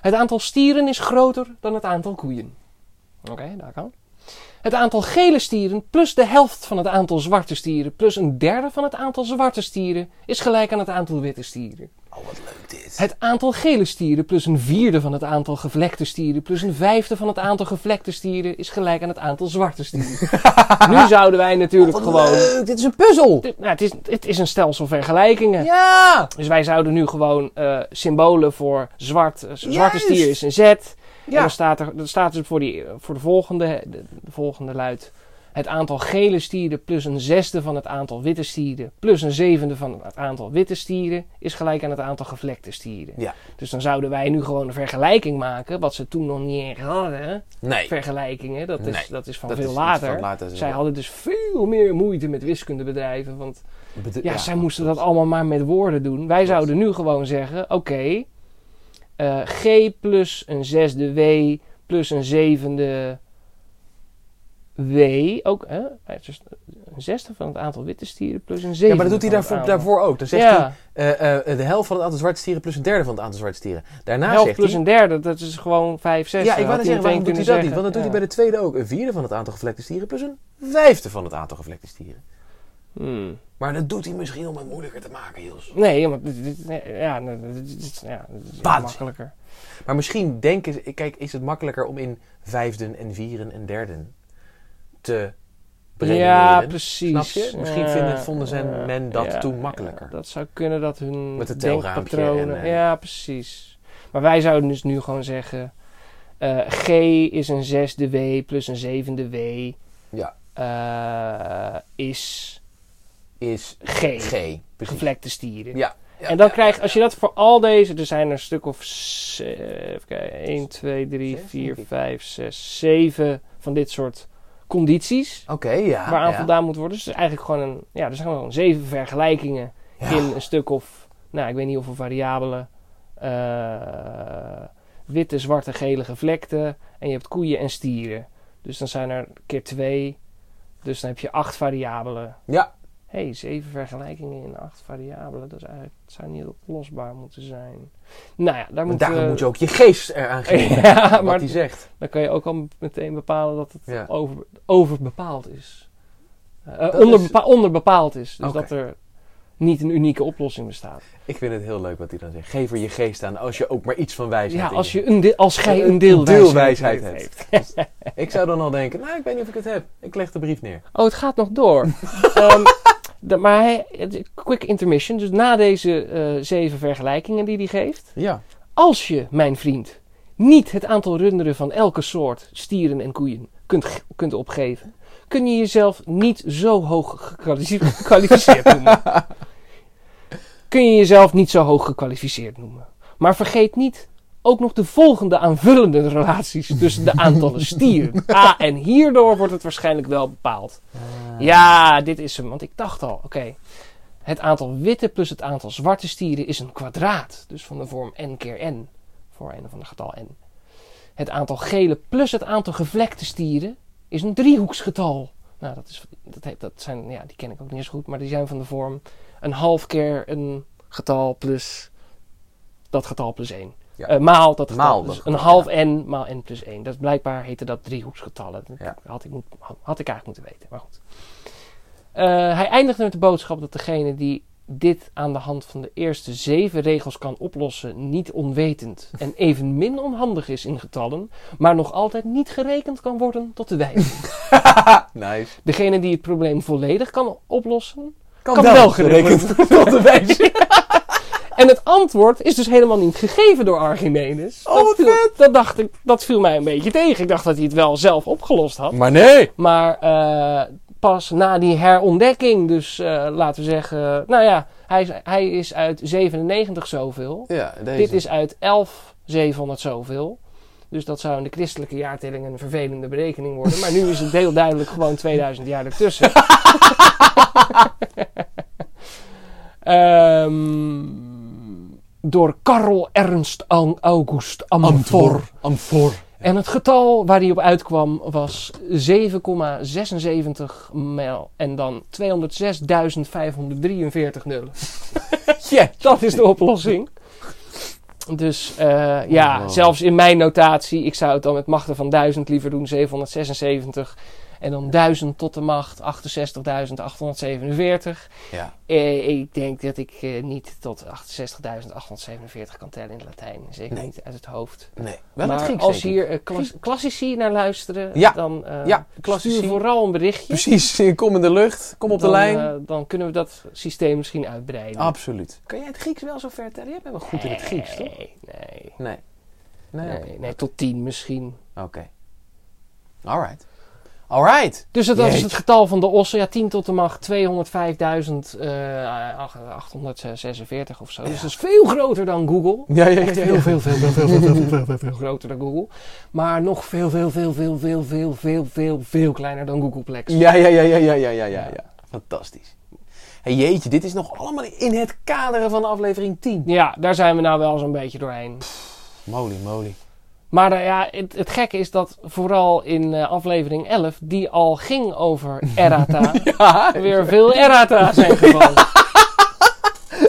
Speaker 2: Het aantal stieren is groter dan het aantal koeien. Oké, daar kan. Het aantal gele stieren plus de helft van het aantal zwarte stieren plus een derde van het aantal zwarte stieren is gelijk aan het aantal witte stieren.
Speaker 1: Oh, wat leuk dit.
Speaker 2: Het aantal gele stieren plus een vierde van het aantal gevlekte stieren plus een vijfde van het aantal gevlekte stieren is gelijk aan het aantal zwarte stieren. nu zouden wij natuurlijk
Speaker 1: Oh, Wat
Speaker 2: gewoon.
Speaker 1: leuk, dit is een puzzel.
Speaker 2: Dit- nou, het, is, het is een stelsel vergelijkingen.
Speaker 1: Ja.
Speaker 2: Dus wij zouden nu gewoon eh, symbolen voor zwart, eh, zwarte
Speaker 1: Juist.
Speaker 2: stier is een Z. En
Speaker 1: Ja.
Speaker 2: dan staat er, dan staat er voor, die, voor de volgende, de, de volgende luidt. Het aantal gele stieren plus een zesde van het aantal witte stieren plus een zevende van het aantal witte stieren is gelijk aan het aantal gevlekte stieren.
Speaker 1: Ja.
Speaker 2: Dus dan zouden wij nu gewoon een vergelijking maken, wat ze toen nog niet echt hadden.
Speaker 1: Nee.
Speaker 2: Vergelijkingen, dat is,
Speaker 1: Nee,
Speaker 2: dat is van
Speaker 1: dat
Speaker 2: veel
Speaker 1: is iets
Speaker 2: later.
Speaker 1: van later,
Speaker 2: Zij
Speaker 1: ja.
Speaker 2: hadden dus veel meer moeite met wiskundebedrijven, want
Speaker 1: Bedo-
Speaker 2: ja, zij moesten dat allemaal maar met woorden doen. Wij zouden nu gewoon zeggen: oké, eh, G plus een zesde W plus een zevende W. Ook hè? Het is een zesde van het aantal witte stieren plus een zevende.
Speaker 1: Ja, maar dat doet hij
Speaker 2: van het
Speaker 1: daarvoor,
Speaker 2: aantal.
Speaker 1: daarvoor ook. Dan zegt
Speaker 2: ja,
Speaker 1: hij eh, eh, de helft van het aantal zwarte stieren plus een derde van het aantal zwarte stieren. Daarna
Speaker 2: helft
Speaker 1: zegt
Speaker 2: plus
Speaker 1: hij...
Speaker 2: een derde, dat is gewoon vijf, zes. eh,
Speaker 1: ja, ik wou net zeggen, waarom doet hij dat niet? Want dan doet hij bij de tweede ook. Een vierde van het aantal gevlekte stieren plus een vijfde van het aantal gevlekte stieren. Maar dat doet hij misschien om het moeilijker te maken, Jos.
Speaker 2: Hmm. Nee, want dit- dit- nee, ja, nee, dit- dit- dit- ja, dat is
Speaker 1: Waanzin.
Speaker 2: makkelijker.
Speaker 1: Maar misschien denken ze... Kijk, is het makkelijker om in vijfden en vieren en derden te brengen?
Speaker 2: Ja, precies.
Speaker 1: Snap je? Misschien
Speaker 2: Ja,
Speaker 1: vinden- vonden ze
Speaker 2: ja,
Speaker 1: men dat
Speaker 2: ja,
Speaker 1: toen
Speaker 2: ja.
Speaker 1: makkelijker.
Speaker 2: dat zou kunnen dat hun
Speaker 1: Met het telraampje
Speaker 2: denkpatronen...
Speaker 1: en, eh.
Speaker 2: ja, precies. Maar wij zouden dus nu gewoon zeggen... eh, G is een zesde W plus een zevende W
Speaker 1: Ja,
Speaker 2: eh, is
Speaker 1: is
Speaker 2: G.
Speaker 1: G. Precies.
Speaker 2: Gevlekte stieren.
Speaker 1: Ja. ja,
Speaker 2: en dan
Speaker 1: ja.
Speaker 2: krijg je, als je dat voor al deze, er zijn er een stuk of ze- even kijken, 1, 2, 3,
Speaker 1: Zes,
Speaker 2: 4,
Speaker 1: denk ik.
Speaker 2: 5, 6, 7 van dit soort condities
Speaker 1: Oké, ja.
Speaker 2: waaraan
Speaker 1: Ah, ja.
Speaker 2: voldaan moet worden. Dus het is eigenlijk gewoon een, ja, er zijn gewoon zeven vergelijkingen
Speaker 1: Ja.
Speaker 2: in een stuk of, nou, ik weet niet hoeveel variabelen. eh, witte, zwarte, gele gevlekte. En je hebt koeien en stieren. Dus dan zijn er keer twee. Dus dan heb je acht variabelen.
Speaker 1: Ja,
Speaker 2: Hé, hey, zeven vergelijkingen in acht variabelen. Dat is eigenlijk, het zou niet oplosbaar moeten zijn. Nou ja, daar
Speaker 1: maar
Speaker 2: moet,
Speaker 1: daarom
Speaker 2: eh,
Speaker 1: moet je ook je geest eraan geven.
Speaker 2: ja,
Speaker 1: wat
Speaker 2: maar Oh.
Speaker 1: hij zegt.
Speaker 2: dan kan je ook al meteen bepalen dat het
Speaker 1: Ja.
Speaker 2: over, overbepaald is. Eh,
Speaker 1: Dat
Speaker 2: onderbepa-
Speaker 1: is-
Speaker 2: onderbepaald is. Dus
Speaker 1: Oké.
Speaker 2: dat er niet een unieke oplossing bestaat.
Speaker 1: Ik vind het heel leuk wat hij dan zegt. Geef er je geest aan als je ook maar iets van wijsheid
Speaker 2: Ja,
Speaker 1: hebt.
Speaker 2: als, je een de- als jij een
Speaker 1: deelwijsheid
Speaker 2: deelwijsheid
Speaker 1: hebt.
Speaker 2: heeft.
Speaker 1: Ik zou dan al denken, nou, ik weet niet of ik het heb. Ik leg de brief neer.
Speaker 2: Oh, het gaat nog door. Ehm, de- maar hij, het- quick intermission, dus na deze eh, zeven vergelijkingen die hij geeft.
Speaker 1: Ja.
Speaker 2: Als je, mijn vriend, niet het aantal runderen van elke soort, stieren en koeien, kunt, g- kunt opgeven, kun je jezelf niet zo hoog gekwalifice- gekwalificeerd noemen. Kun je jezelf niet zo hoog gekwalificeerd noemen. Maar vergeet niet ook nog de volgende aanvullende relaties tussen de aantallen stieren. Ah, en hierdoor wordt het waarschijnlijk wel bepaald.
Speaker 1: Ah, Eh.
Speaker 2: Ja, dit is hem, want ik dacht al, oké. Het aantal witte plus het aantal zwarte stieren is een kwadraat, dus van de vorm n keer n, voor een of ander getal n. Het aantal gele plus het aantal gevlekte stieren is een driehoeksgetal. Nou, dat, is, dat, heet- dat zijn, ja, die ken ik ook niet eens goed, maar die zijn van de vorm een half keer een getal plus dat getal plus 1.
Speaker 1: Ja.
Speaker 2: maal dat getal.
Speaker 1: Maal
Speaker 2: dus
Speaker 1: dat
Speaker 2: een
Speaker 1: getal,
Speaker 2: half n maal n plus 1. Dat blijkbaar heette dat driehoeksgetallen. Dat
Speaker 1: Ja.
Speaker 2: had, ik moet, had ik eigenlijk moeten weten, maar goed. Eh, hij eindigde met de boodschap dat degene die dit aan de hand van de eerste zeven regels kan oplossen, niet onwetend en evenmin onhandig is in getallen, maar nog altijd niet gerekend kan worden tot de wijze.
Speaker 1: Nice.
Speaker 2: Degene die het probleem volledig kan oplossen,
Speaker 1: Kan,
Speaker 2: wel gerekend
Speaker 1: tot de wijze.
Speaker 2: En het antwoord is dus helemaal niet gegeven door Archimedes.
Speaker 1: Oh,
Speaker 2: Dat
Speaker 1: wat
Speaker 2: viel-
Speaker 1: vet!
Speaker 2: Dat, dacht ik, dat viel mij een beetje tegen. Ik dacht dat hij het wel zelf opgelost had.
Speaker 1: Maar nee.
Speaker 2: Maar eh, pas na die herontdekking, dus eh, laten we zeggen... Nou ja, hij, is- hij is uit 97 zoveel.
Speaker 1: Ja, deze.
Speaker 2: Dit is uit 11 700 zoveel. Dus dat zou in de christelijke jaartelling een vervelende berekening worden. Maar nu is het heel duidelijk gewoon 2000 jaar ertussen. Ehm, door Karl Ernst An- August Amfor.
Speaker 1: Amfor.
Speaker 2: En het getal waar hij op uitkwam was 7,76 mijl. En dan 206.543 nullen.
Speaker 1: Ja.
Speaker 2: Dat is de oplossing. Dus eh, ja,
Speaker 1: Wow.
Speaker 2: zelfs in mijn notatie, ik zou het dan met machten van 1000 liever doen, 776. En dan 1000 tot de macht, 68.847.
Speaker 1: Ja.
Speaker 2: Eh, ik denk dat ik eh, niet tot 68.847 kan tellen in het Latijn. Zeker
Speaker 1: Nee.
Speaker 2: niet uit het hoofd.
Speaker 1: Nee. Wel het
Speaker 2: maar
Speaker 1: Grieks,
Speaker 2: als
Speaker 1: denk ik.
Speaker 2: hier eh, klas-
Speaker 1: Griek.
Speaker 2: klassici naar luisteren,
Speaker 1: Ja.
Speaker 2: dan eh
Speaker 1: Ja, klassici.
Speaker 2: stuur vooral een berichtje.
Speaker 1: Precies. Kom in de lucht. Kom op de
Speaker 2: Dan,
Speaker 1: lijn.
Speaker 2: eh, dan kunnen we dat systeem misschien uitbreiden.
Speaker 1: Absoluut. Kan jij het Grieks wel zo ver tellen? Jij bent wel goed in het Grieks, toch?
Speaker 2: Nee,
Speaker 1: Nee.
Speaker 2: nee.
Speaker 1: Nee.
Speaker 2: Nee,
Speaker 1: oké.
Speaker 2: nee, tot 10 misschien.
Speaker 1: Oké. Alright. Alright.
Speaker 2: Dus dat, dat is
Speaker 1: Jeetje.
Speaker 2: het getal van de ossen. Ja, 10 tot de macht 205.846 of zo. Dus dat is veel groter dan Google.
Speaker 1: Ja, ja,
Speaker 2: Echt heel veel, veel, veel, veel, veel, veel, veel, veel, veel, veel groter dan Google. Maar nog veel, veel, veel, veel, veel, veel, veel, veel, veel kleiner dan Googleplex.
Speaker 1: Ja, ja, ja, ja, ja, ja, ja, ja, ja. Fantastisch. Hey, jeetje, dit is nog allemaal in het kaderen van aflevering 10.
Speaker 2: Ja, daar zijn we nou wel zo'n beetje doorheen.
Speaker 1: Moly moly.
Speaker 2: Maar nou ja, het, het gekke is dat vooral in eh, aflevering 11, die al ging over errata, weer veel errata zijn gevallen.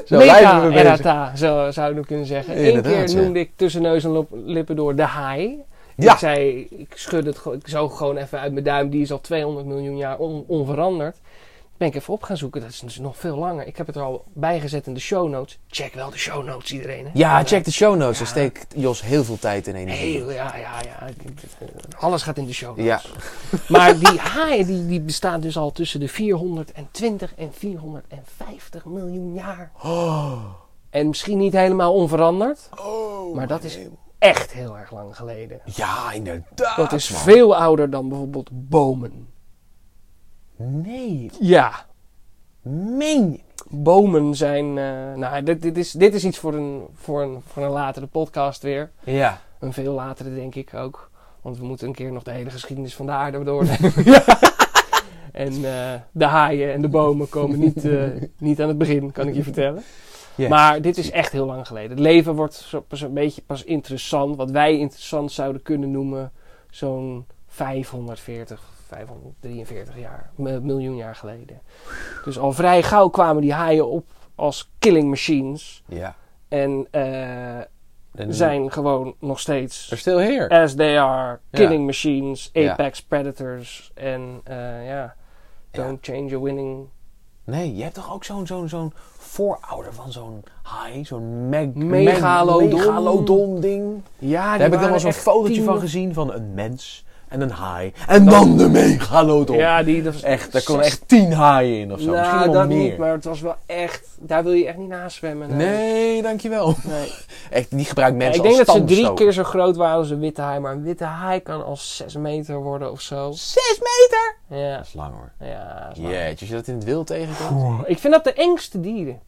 Speaker 1: Zo blijven we
Speaker 2: Mega
Speaker 1: bezig.
Speaker 2: errata, zo zouden we kunnen zeggen. Eén
Speaker 1: Inderdaad,
Speaker 2: keer
Speaker 1: ja.
Speaker 2: noemde ik tussen neus en lop- lippen door de haai.
Speaker 1: Ja.
Speaker 2: Ik zei, ik schud het gewoon, ik zoog gewoon even uit mijn duim. Die is al 200 miljoen jaar on- onveranderd. Ben ik even op gaan zoeken. Dat is dus nog veel langer. Ik heb het er al bij gezet in de show notes. Check wel de show notes iedereen. Hè?
Speaker 1: Ja, check de show notes. Daar
Speaker 2: Ja.
Speaker 1: steekt Jos heel veel tijd en energie. in.
Speaker 2: Heel, ja, ja, ja. Alles gaat in de show notes.
Speaker 1: Ja.
Speaker 2: Maar die haai die, die bestaat dus al tussen de 420 en 450 miljoen jaar. En misschien niet helemaal onveranderd,
Speaker 1: Oh,
Speaker 2: maar dat is echt heel erg lang geleden.
Speaker 1: Ja, inderdaad.
Speaker 2: Dat is
Speaker 1: Ah, man.
Speaker 2: veel ouder dan bijvoorbeeld bomen.
Speaker 1: Nee,
Speaker 2: Ja,
Speaker 1: meen je?
Speaker 2: bomen zijn. eh, nou, dit, dit, is, dit is iets voor een, voor, een, voor een latere podcast weer.
Speaker 1: Ja.
Speaker 2: Een veel latere, denk ik ook. Want we moeten een keer nog de hele geschiedenis van de aarde doornemen. En eh, de haaien en de bomen komen niet, eh, niet aan het begin, kan ik je vertellen.
Speaker 1: Yes.
Speaker 2: Maar dit is echt heel lang geleden. Het leven wordt zo, pas een beetje pas interessant. Wat wij interessant zouden kunnen noemen zo'n 540, 543 jaar, m- miljoen jaar geleden. Dus al vrij gauw kwamen die haaien op als killing machines.
Speaker 1: Ja.
Speaker 2: En eh,
Speaker 1: En
Speaker 2: zijn gewoon nog steeds
Speaker 1: They're still here.
Speaker 2: as they are killing machines,
Speaker 1: Ja.
Speaker 2: apex predators en eh, ja, don't change your winning
Speaker 1: Nee, je hebt toch ook zo'n zo'n zo'n voorouder van zo'n haai? Zo'n meg
Speaker 2: Megalodon.
Speaker 1: megalodon ding.
Speaker 2: Ja,
Speaker 1: Daar heb ik dan wel zo'n fotootje van gezien van een mens en een haai. En dan de megalodon.
Speaker 2: Ja, die, dat was
Speaker 1: Echt, daar kon echt tien haaien in of zo.
Speaker 2: Nou,
Speaker 1: Misschien wel
Speaker 2: dat
Speaker 1: meer.
Speaker 2: niet, maar het was wel echt... Daar wil je echt niet naast zwemmen.
Speaker 1: Nee, dankjewel.
Speaker 2: nee.
Speaker 1: Echt, die gebruikt
Speaker 2: Ja,
Speaker 1: mensen
Speaker 2: ik denk
Speaker 1: als
Speaker 2: dat ze drie
Speaker 1: stamstoker.
Speaker 2: keer zo groot waren als een witte haai. Maar een witte haai kan al zes meter worden of zo.
Speaker 1: Zes meter!
Speaker 2: Ja,
Speaker 1: Dat is lang hoor.
Speaker 2: ja. dat is waar.
Speaker 1: Jeetje, als je dat in het wild tegenkomt.
Speaker 2: Ik vind dat de engste dieren.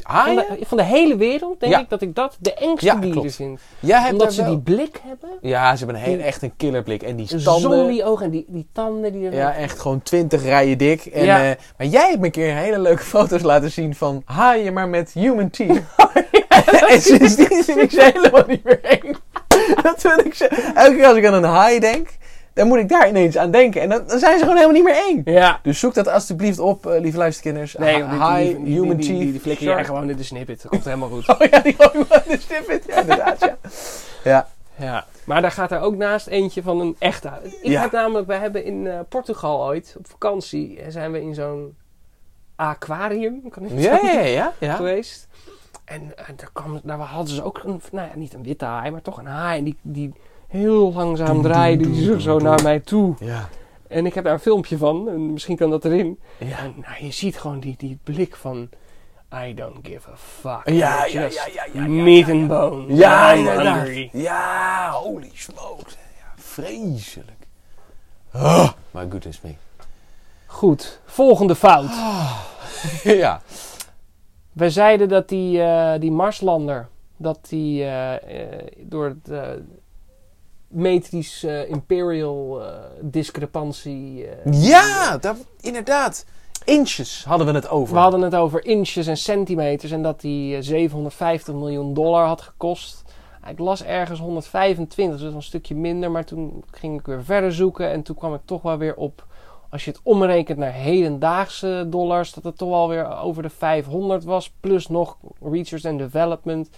Speaker 2: Van
Speaker 1: Haaien?
Speaker 2: de, van de hele wereld denk
Speaker 1: Ah, Ja.
Speaker 2: ik dat ik dat de engste
Speaker 1: Ja,
Speaker 2: dieren
Speaker 1: klopt.
Speaker 2: vind.
Speaker 1: Jij hebt
Speaker 2: Omdat
Speaker 1: daar
Speaker 2: ze
Speaker 1: wel-
Speaker 2: die blik hebben.
Speaker 1: Ja, ze hebben een heel,
Speaker 2: die-
Speaker 1: echt een killerblik. En die
Speaker 2: Een
Speaker 1: tanden...
Speaker 2: zombie oog en die, die tanden die er...
Speaker 1: Ja, echt gewoon twintig rijen dik. En,
Speaker 2: Ja.
Speaker 1: eh, maar jij hebt me een keer hele leuke foto's laten zien van haaien, maar met human teeth. en sindsdien vind ik ze helemaal niet meer eng. dat vind ik zo... Elke keer als ik aan een haai denk, dan moet ik daar ineens aan denken. En dan, dan zijn ze gewoon helemaal niet meer eng.
Speaker 2: Ja.
Speaker 1: Dus zoek dat alsjeblieft op, eh, lieve luisterkinders.
Speaker 2: Nee,
Speaker 1: Ha-
Speaker 2: want dit-
Speaker 1: haai,
Speaker 2: die, die-
Speaker 1: human
Speaker 2: die,
Speaker 1: teeth.
Speaker 2: die, die, die flikker jij
Speaker 1: shark.
Speaker 2: gewoon in de snippet. Dat komt helemaal goed.
Speaker 1: Oh ja, die gooi ik wel in de stip in. Ja, inderdaad, ja. Ja.
Speaker 2: Ja, maar daar gaat er ook naast eentje van een echte. Ik
Speaker 1: Ja.
Speaker 2: had namelijk, we hebben in eh, Portugal ooit op vakantie eh, zijn we in zo'n aquarium kan ik het
Speaker 1: Ja,
Speaker 2: zo
Speaker 1: ja, ja.
Speaker 2: noemen,
Speaker 1: ja.
Speaker 2: geweest. En eh, daar, kwam, daar hadden ze ook een, nou ja, niet een witte haai, maar toch een haai die, die heel langzaam draaide, die zo, zo naar mij toe.
Speaker 1: Ja.
Speaker 2: En ik heb daar een filmpje van, en misschien kan dat erin.
Speaker 1: Ja.
Speaker 2: En nou, je ziet gewoon die, die blik van. I don't give a fuck.
Speaker 1: Ja, ja,
Speaker 2: Just
Speaker 1: ja, ja, ja, ja,
Speaker 2: Meat and bone.
Speaker 1: Ja,
Speaker 2: I'm
Speaker 1: inderdaad.
Speaker 2: hungry.
Speaker 1: Ja, holy smokes. Ja, vreselijk. Ah, my goodness me.
Speaker 2: Goed, volgende fout.
Speaker 1: ja.
Speaker 2: We zeiden dat die, eh, die Marslander dat die, eh, eh, door het eh, metrisch eh, imperial eh, discrepantie. eh,
Speaker 1: Ja, daar, inderdaad. Inches hadden we het over.
Speaker 2: we hadden het over inches en centimeters en dat die eh, 750 miljoen dollar had gekost. Ik las ergens 125, dus een stukje minder. Maar toen ging ik weer verder zoeken en toen kwam ik toch wel weer op. Als je het omrekent naar hedendaagse dollars, dat het toch wel weer over de 500 was. Plus nog research and development.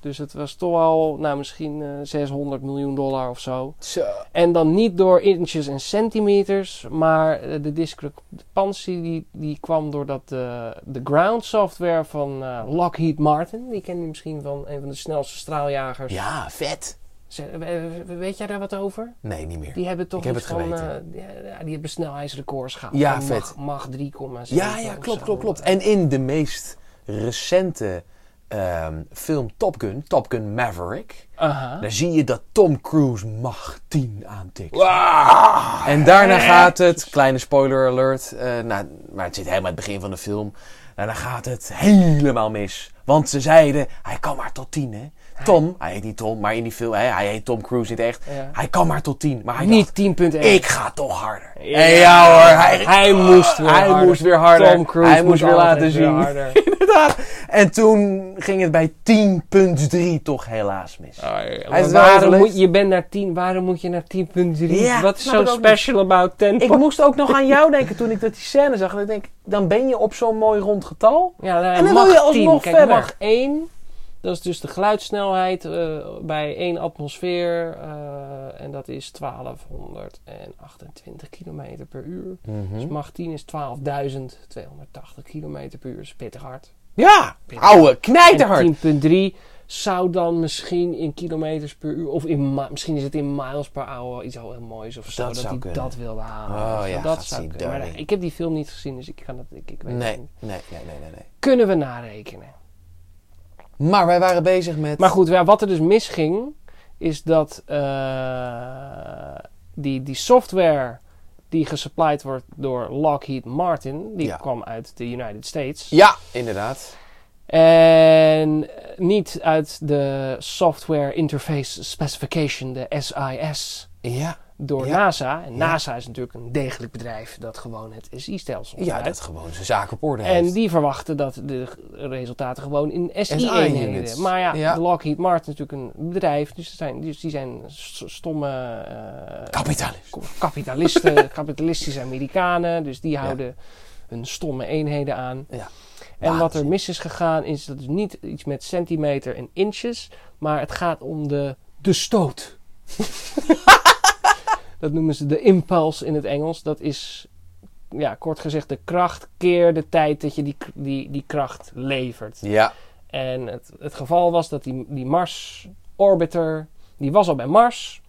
Speaker 2: Dus het was toch al, nou misschien eh, 600 miljoen dollar of zo.
Speaker 1: Zo.
Speaker 2: En dan niet door inches en centimeters, maar eh, de discrepantie die, die kwam doordat de, de ground software van eh, Lockheed Martin, die ken je misschien van een van de snelste straaljagers.
Speaker 1: Ja, vet.
Speaker 2: Ze- we- we- weet jij daar wat over?
Speaker 1: Nee, niet meer.
Speaker 2: Die hebben toch
Speaker 1: Ik heb
Speaker 2: iets
Speaker 1: het
Speaker 2: van,
Speaker 1: geweten.
Speaker 2: eh, ja, die hebben snelheidsrecords gehad.
Speaker 1: Ja,
Speaker 2: Van
Speaker 1: vet.
Speaker 2: Mag, mag 3,7.
Speaker 1: Ja, ja,
Speaker 2: of
Speaker 1: klopt,
Speaker 2: zo. Eh,
Speaker 1: klopt, klopt. En in de meest recente ehm, film Top Gun, Top Gun Maverick,
Speaker 2: Aha.
Speaker 1: daar zie je dat Tom Cruise mag 10 aantikt.
Speaker 2: Wauw.
Speaker 1: En daarna gaat het, kleine spoiler alert, eh, nou, maar het zit helemaal aan het begin van de film. Daarna gaat het helemaal mis. Want ze zeiden, hij kan maar tot tien, hè. Tom, hij heet niet Tom, maar in die film, hè, hij heet Tom Cruise niet echt.
Speaker 2: Ja.
Speaker 1: Hij kan maar tot tien. Maar hij
Speaker 2: Niet
Speaker 1: dacht,
Speaker 2: 10.1.
Speaker 1: ik ga toch harder.
Speaker 2: Ja.
Speaker 1: En ja hoor, hij,
Speaker 2: Hij moest weer
Speaker 1: hij
Speaker 2: harder.
Speaker 1: moest weer harder.
Speaker 2: Tom Cruise
Speaker 1: hij moest
Speaker 2: moet
Speaker 1: weer
Speaker 2: altijd
Speaker 1: laten zien.
Speaker 2: weer harder.
Speaker 1: Inderdaad. En toen ging het bij 10.3 toch helaas mis.
Speaker 2: Maar
Speaker 1: is wel
Speaker 2: waarom
Speaker 1: geleefd.
Speaker 2: moet, je bent naar 10, waarom moet je naar 10.3?
Speaker 1: Ja,
Speaker 2: Wat is
Speaker 1: snap
Speaker 2: zo
Speaker 1: ik ook
Speaker 2: special about 10?
Speaker 1: Ik moest ook nog aan jou denken toen ik dat die scène zag. En ik denk, dan ben je op zo'n mooi rond getal.
Speaker 2: Ja, nou,
Speaker 1: En dan
Speaker 2: mag
Speaker 1: wil je alsnog
Speaker 2: 10. Kijk,
Speaker 1: verder.
Speaker 2: mag 1, dat is dus de geluidssnelheid eh, bij 1 atmosfeer. eh, en dat is 1228 km per uur.
Speaker 1: Mhm.
Speaker 2: Dus mag 10 is 12.280 km per uur. Dat is pittig hard.
Speaker 1: Ja, ouwe knijterhard.
Speaker 2: En 10.3 zou dan misschien in kilometers per uur, of in mi- misschien is het in miles per hour iets heel, heel moois of zo.
Speaker 1: Dat
Speaker 2: Dat,
Speaker 1: zou
Speaker 2: die
Speaker 1: kunnen.
Speaker 2: dat wilde halen.
Speaker 1: Oh
Speaker 2: Weet je,
Speaker 1: ja,
Speaker 2: dat
Speaker 1: gaat
Speaker 2: zou
Speaker 1: zien,
Speaker 2: kunnen. Maar
Speaker 1: darling.
Speaker 2: ik heb die film niet gezien, dus ik kan dat. Ik, ik weet het
Speaker 1: Nee,
Speaker 2: niet.
Speaker 1: nee, nee, nee, nee, nee.
Speaker 2: Kunnen we narekenen?
Speaker 1: Maar wij waren bezig met...
Speaker 2: Maar goed, ja, wat er dus misging, is dat eh, die, die software die gesupplied wordt door Lockheed Martin, die
Speaker 1: Ja.
Speaker 2: kwam uit de United States.
Speaker 1: Ja, inderdaad.
Speaker 2: En eh, niet uit de Software Interface Specification, de SIS,
Speaker 1: Ja,
Speaker 2: door
Speaker 1: Ja.
Speaker 2: NASA. En NASA is natuurlijk een degelijk bedrijf dat gewoon het SI-stelsel
Speaker 1: ja dat gewoon zijn zaken op orde
Speaker 2: En
Speaker 1: heeft.
Speaker 2: die verwachten dat de g- resultaten gewoon in
Speaker 1: SI-units.
Speaker 2: SI-eenheden. Maar ja,
Speaker 1: Ja.
Speaker 2: Lockheed Martin is natuurlijk een bedrijf, dus, ze zijn, dus die zijn s- stomme eh,
Speaker 1: Kapitalist.
Speaker 2: ko- kapitalisten, kapitalistische Amerikanen. Dus die houden hun stomme eenheden aan.
Speaker 1: Ja.
Speaker 2: En wat er
Speaker 1: Waanzin.
Speaker 2: mis is gegaan is dat het niet iets met centimeter en inches, maar het gaat om de, de stoot. dat noemen ze de impuls in het Engels. Dat is ja, kort gezegd, de kracht keer de tijd dat je die, die, die kracht levert.
Speaker 1: Ja.
Speaker 2: En het, het geval was dat die, die Mars-orbiter, die was al bij Mars.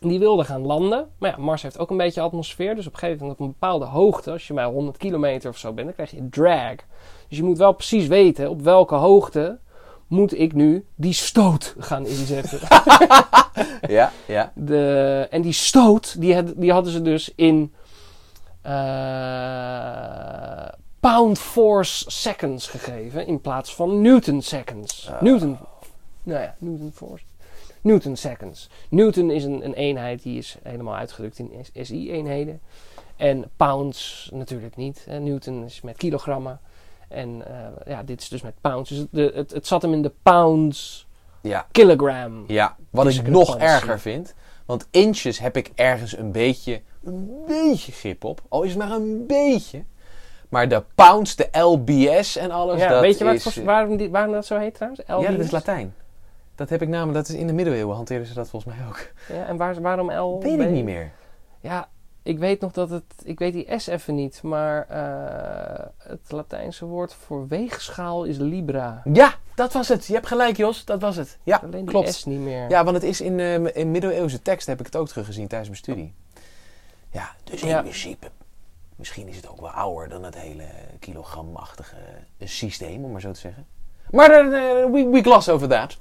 Speaker 2: Die wilde gaan landen. Maar ja, Mars heeft ook een beetje atmosfeer. Dus op een gegeven moment op een bepaalde hoogte, als je bij 100 kilometer of zo bent, dan krijg je drag. Dus je moet wel precies weten op welke hoogte moet ik nu die stoot gaan inzetten.
Speaker 1: Ja, ja.
Speaker 2: De, en die stoot, die, had- die hadden ze dus in eh, pound force seconds gegeven in plaats van newton seconds.
Speaker 1: Ah.
Speaker 2: Newton, nou ja, newton force. Newton seconds. Newton is een, een eenheid die is helemaal uitgedrukt in SI-eenheden. En pounds natuurlijk niet. hè. Newton is met kilogrammen. En eh, ja, dit is dus met pounds. Dus het, de- het, het zat hem in de pounds
Speaker 1: Ja.
Speaker 2: kilogram.
Speaker 1: Ja, wat
Speaker 2: Dus
Speaker 1: ik
Speaker 2: ik heb
Speaker 1: nog
Speaker 2: gewoon een
Speaker 1: erger vind. Want inches heb ik ergens een beetje, een beetje grip op. Al is het maar een beetje. Maar de pounds, de LBS en alles,
Speaker 2: Ja,
Speaker 1: dat
Speaker 2: weet je waar het
Speaker 1: is... eh,
Speaker 2: voor- waarom, die, waarom dat zo heet trouwens? LBS?
Speaker 1: ja, dat is Latijn. Dat heb ik namelijk, dat is in de middeleeuwen hanteerden ze dat volgens mij ook.
Speaker 2: Ja, en waar, waarom L?
Speaker 1: Weet ik niet meer.
Speaker 2: Ja, ik weet nog dat het... Ik weet die S even niet, maar eh, het Latijnse woord voor weegschaal is libra.
Speaker 1: Ja, dat was het. Je hebt gelijk, Jos. Dat was het. Ja,
Speaker 2: Alleen die
Speaker 1: klopt.
Speaker 2: S niet meer.
Speaker 1: Ja, want het is in, eh, in middeleeuwse tekst heb ik het ook teruggezien tijdens mijn studie. Ja, dus in
Speaker 2: Ja.
Speaker 1: principe. Misschien is het ook wel ouder dan het hele kilogramachtige systeem, om maar zo te zeggen. Maar eh, eh, we, we gloss over that.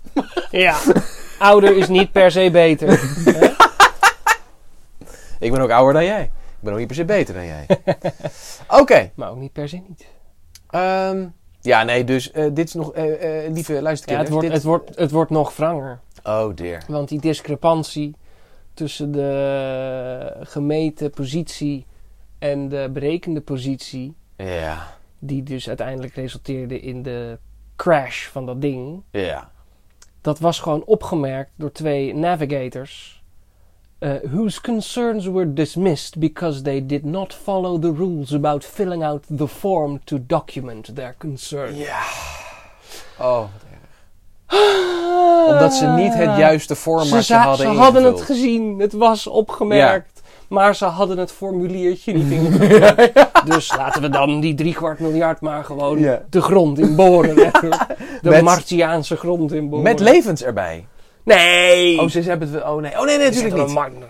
Speaker 2: Ja. Ouder is niet per se beter. Hè?
Speaker 1: Ik ben ook ouder dan jij. Ik ben ook niet per se beter dan jij. Oké.
Speaker 2: maar ook niet per se niet.
Speaker 1: ehm, ja, nee, dus eh, dit is nog... eh, eh, lieve
Speaker 2: Ja,
Speaker 1: luisterkinders.
Speaker 2: het, wordt,
Speaker 1: dit...
Speaker 2: het, wordt, het wordt nog wranger.
Speaker 1: Oh dear.
Speaker 2: Want die discrepantie tussen de gemeten positie en de berekende positie...
Speaker 1: Ja,
Speaker 2: die dus uiteindelijk resulteerde in de crash van dat ding.
Speaker 1: ja.
Speaker 2: Dat was gewoon opgemerkt door twee navigators. eh, whose concerns were dismissed because they did not follow the rules about filling out the form to document their concern.
Speaker 1: Ja. Oh, omdat ze niet het juiste
Speaker 2: ze,
Speaker 1: formatje
Speaker 2: za-
Speaker 1: hadden
Speaker 2: ze hadden het
Speaker 1: ingevuld.
Speaker 2: gezien, het was opgemerkt. Maar ze hadden het formuliertje niet ingevuld. Dus laten we dan die driekwart miljard maar gewoon
Speaker 1: Ja.
Speaker 2: de grond in boren. hè. De
Speaker 1: Met-
Speaker 2: Martiaanse grond in boren.
Speaker 1: Met levens erbij.
Speaker 2: Nee!
Speaker 1: Oh, ze ze hebben het wel. Oh nee, oh, nee, nee, natuurlijk niet.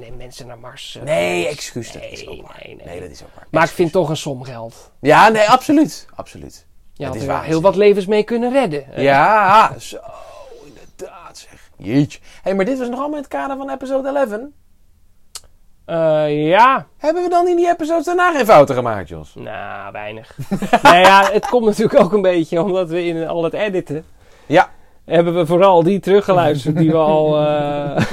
Speaker 2: nee, mensen naar Mars. eh,
Speaker 1: Nee, excuus. dat is
Speaker 2: Nee,
Speaker 1: ook waar.
Speaker 2: nee, nee.
Speaker 1: Nee, dat is ook waar.
Speaker 2: Maar ik vind toch een som geld.
Speaker 1: Ja, nee, absoluut. Absoluut.
Speaker 2: Je
Speaker 1: Dat
Speaker 2: had
Speaker 1: is
Speaker 2: er
Speaker 1: waar,
Speaker 2: heel
Speaker 1: zeg.
Speaker 2: wat levens mee kunnen redden. Eh,
Speaker 1: Ja, zo, inderdaad zeg. Jeetje. Hé, hey, maar dit was nog allemaal in het kader van episode 11.
Speaker 2: eh, ja.
Speaker 1: Hebben we dan in die episodes daarna geen fouten gemaakt, Jos?
Speaker 2: Nou, weinig. nou ja, het komt natuurlijk ook een beetje omdat we in al het editen.
Speaker 1: Ja.
Speaker 2: Hebben we vooral die teruggeluisterd die we al. eh,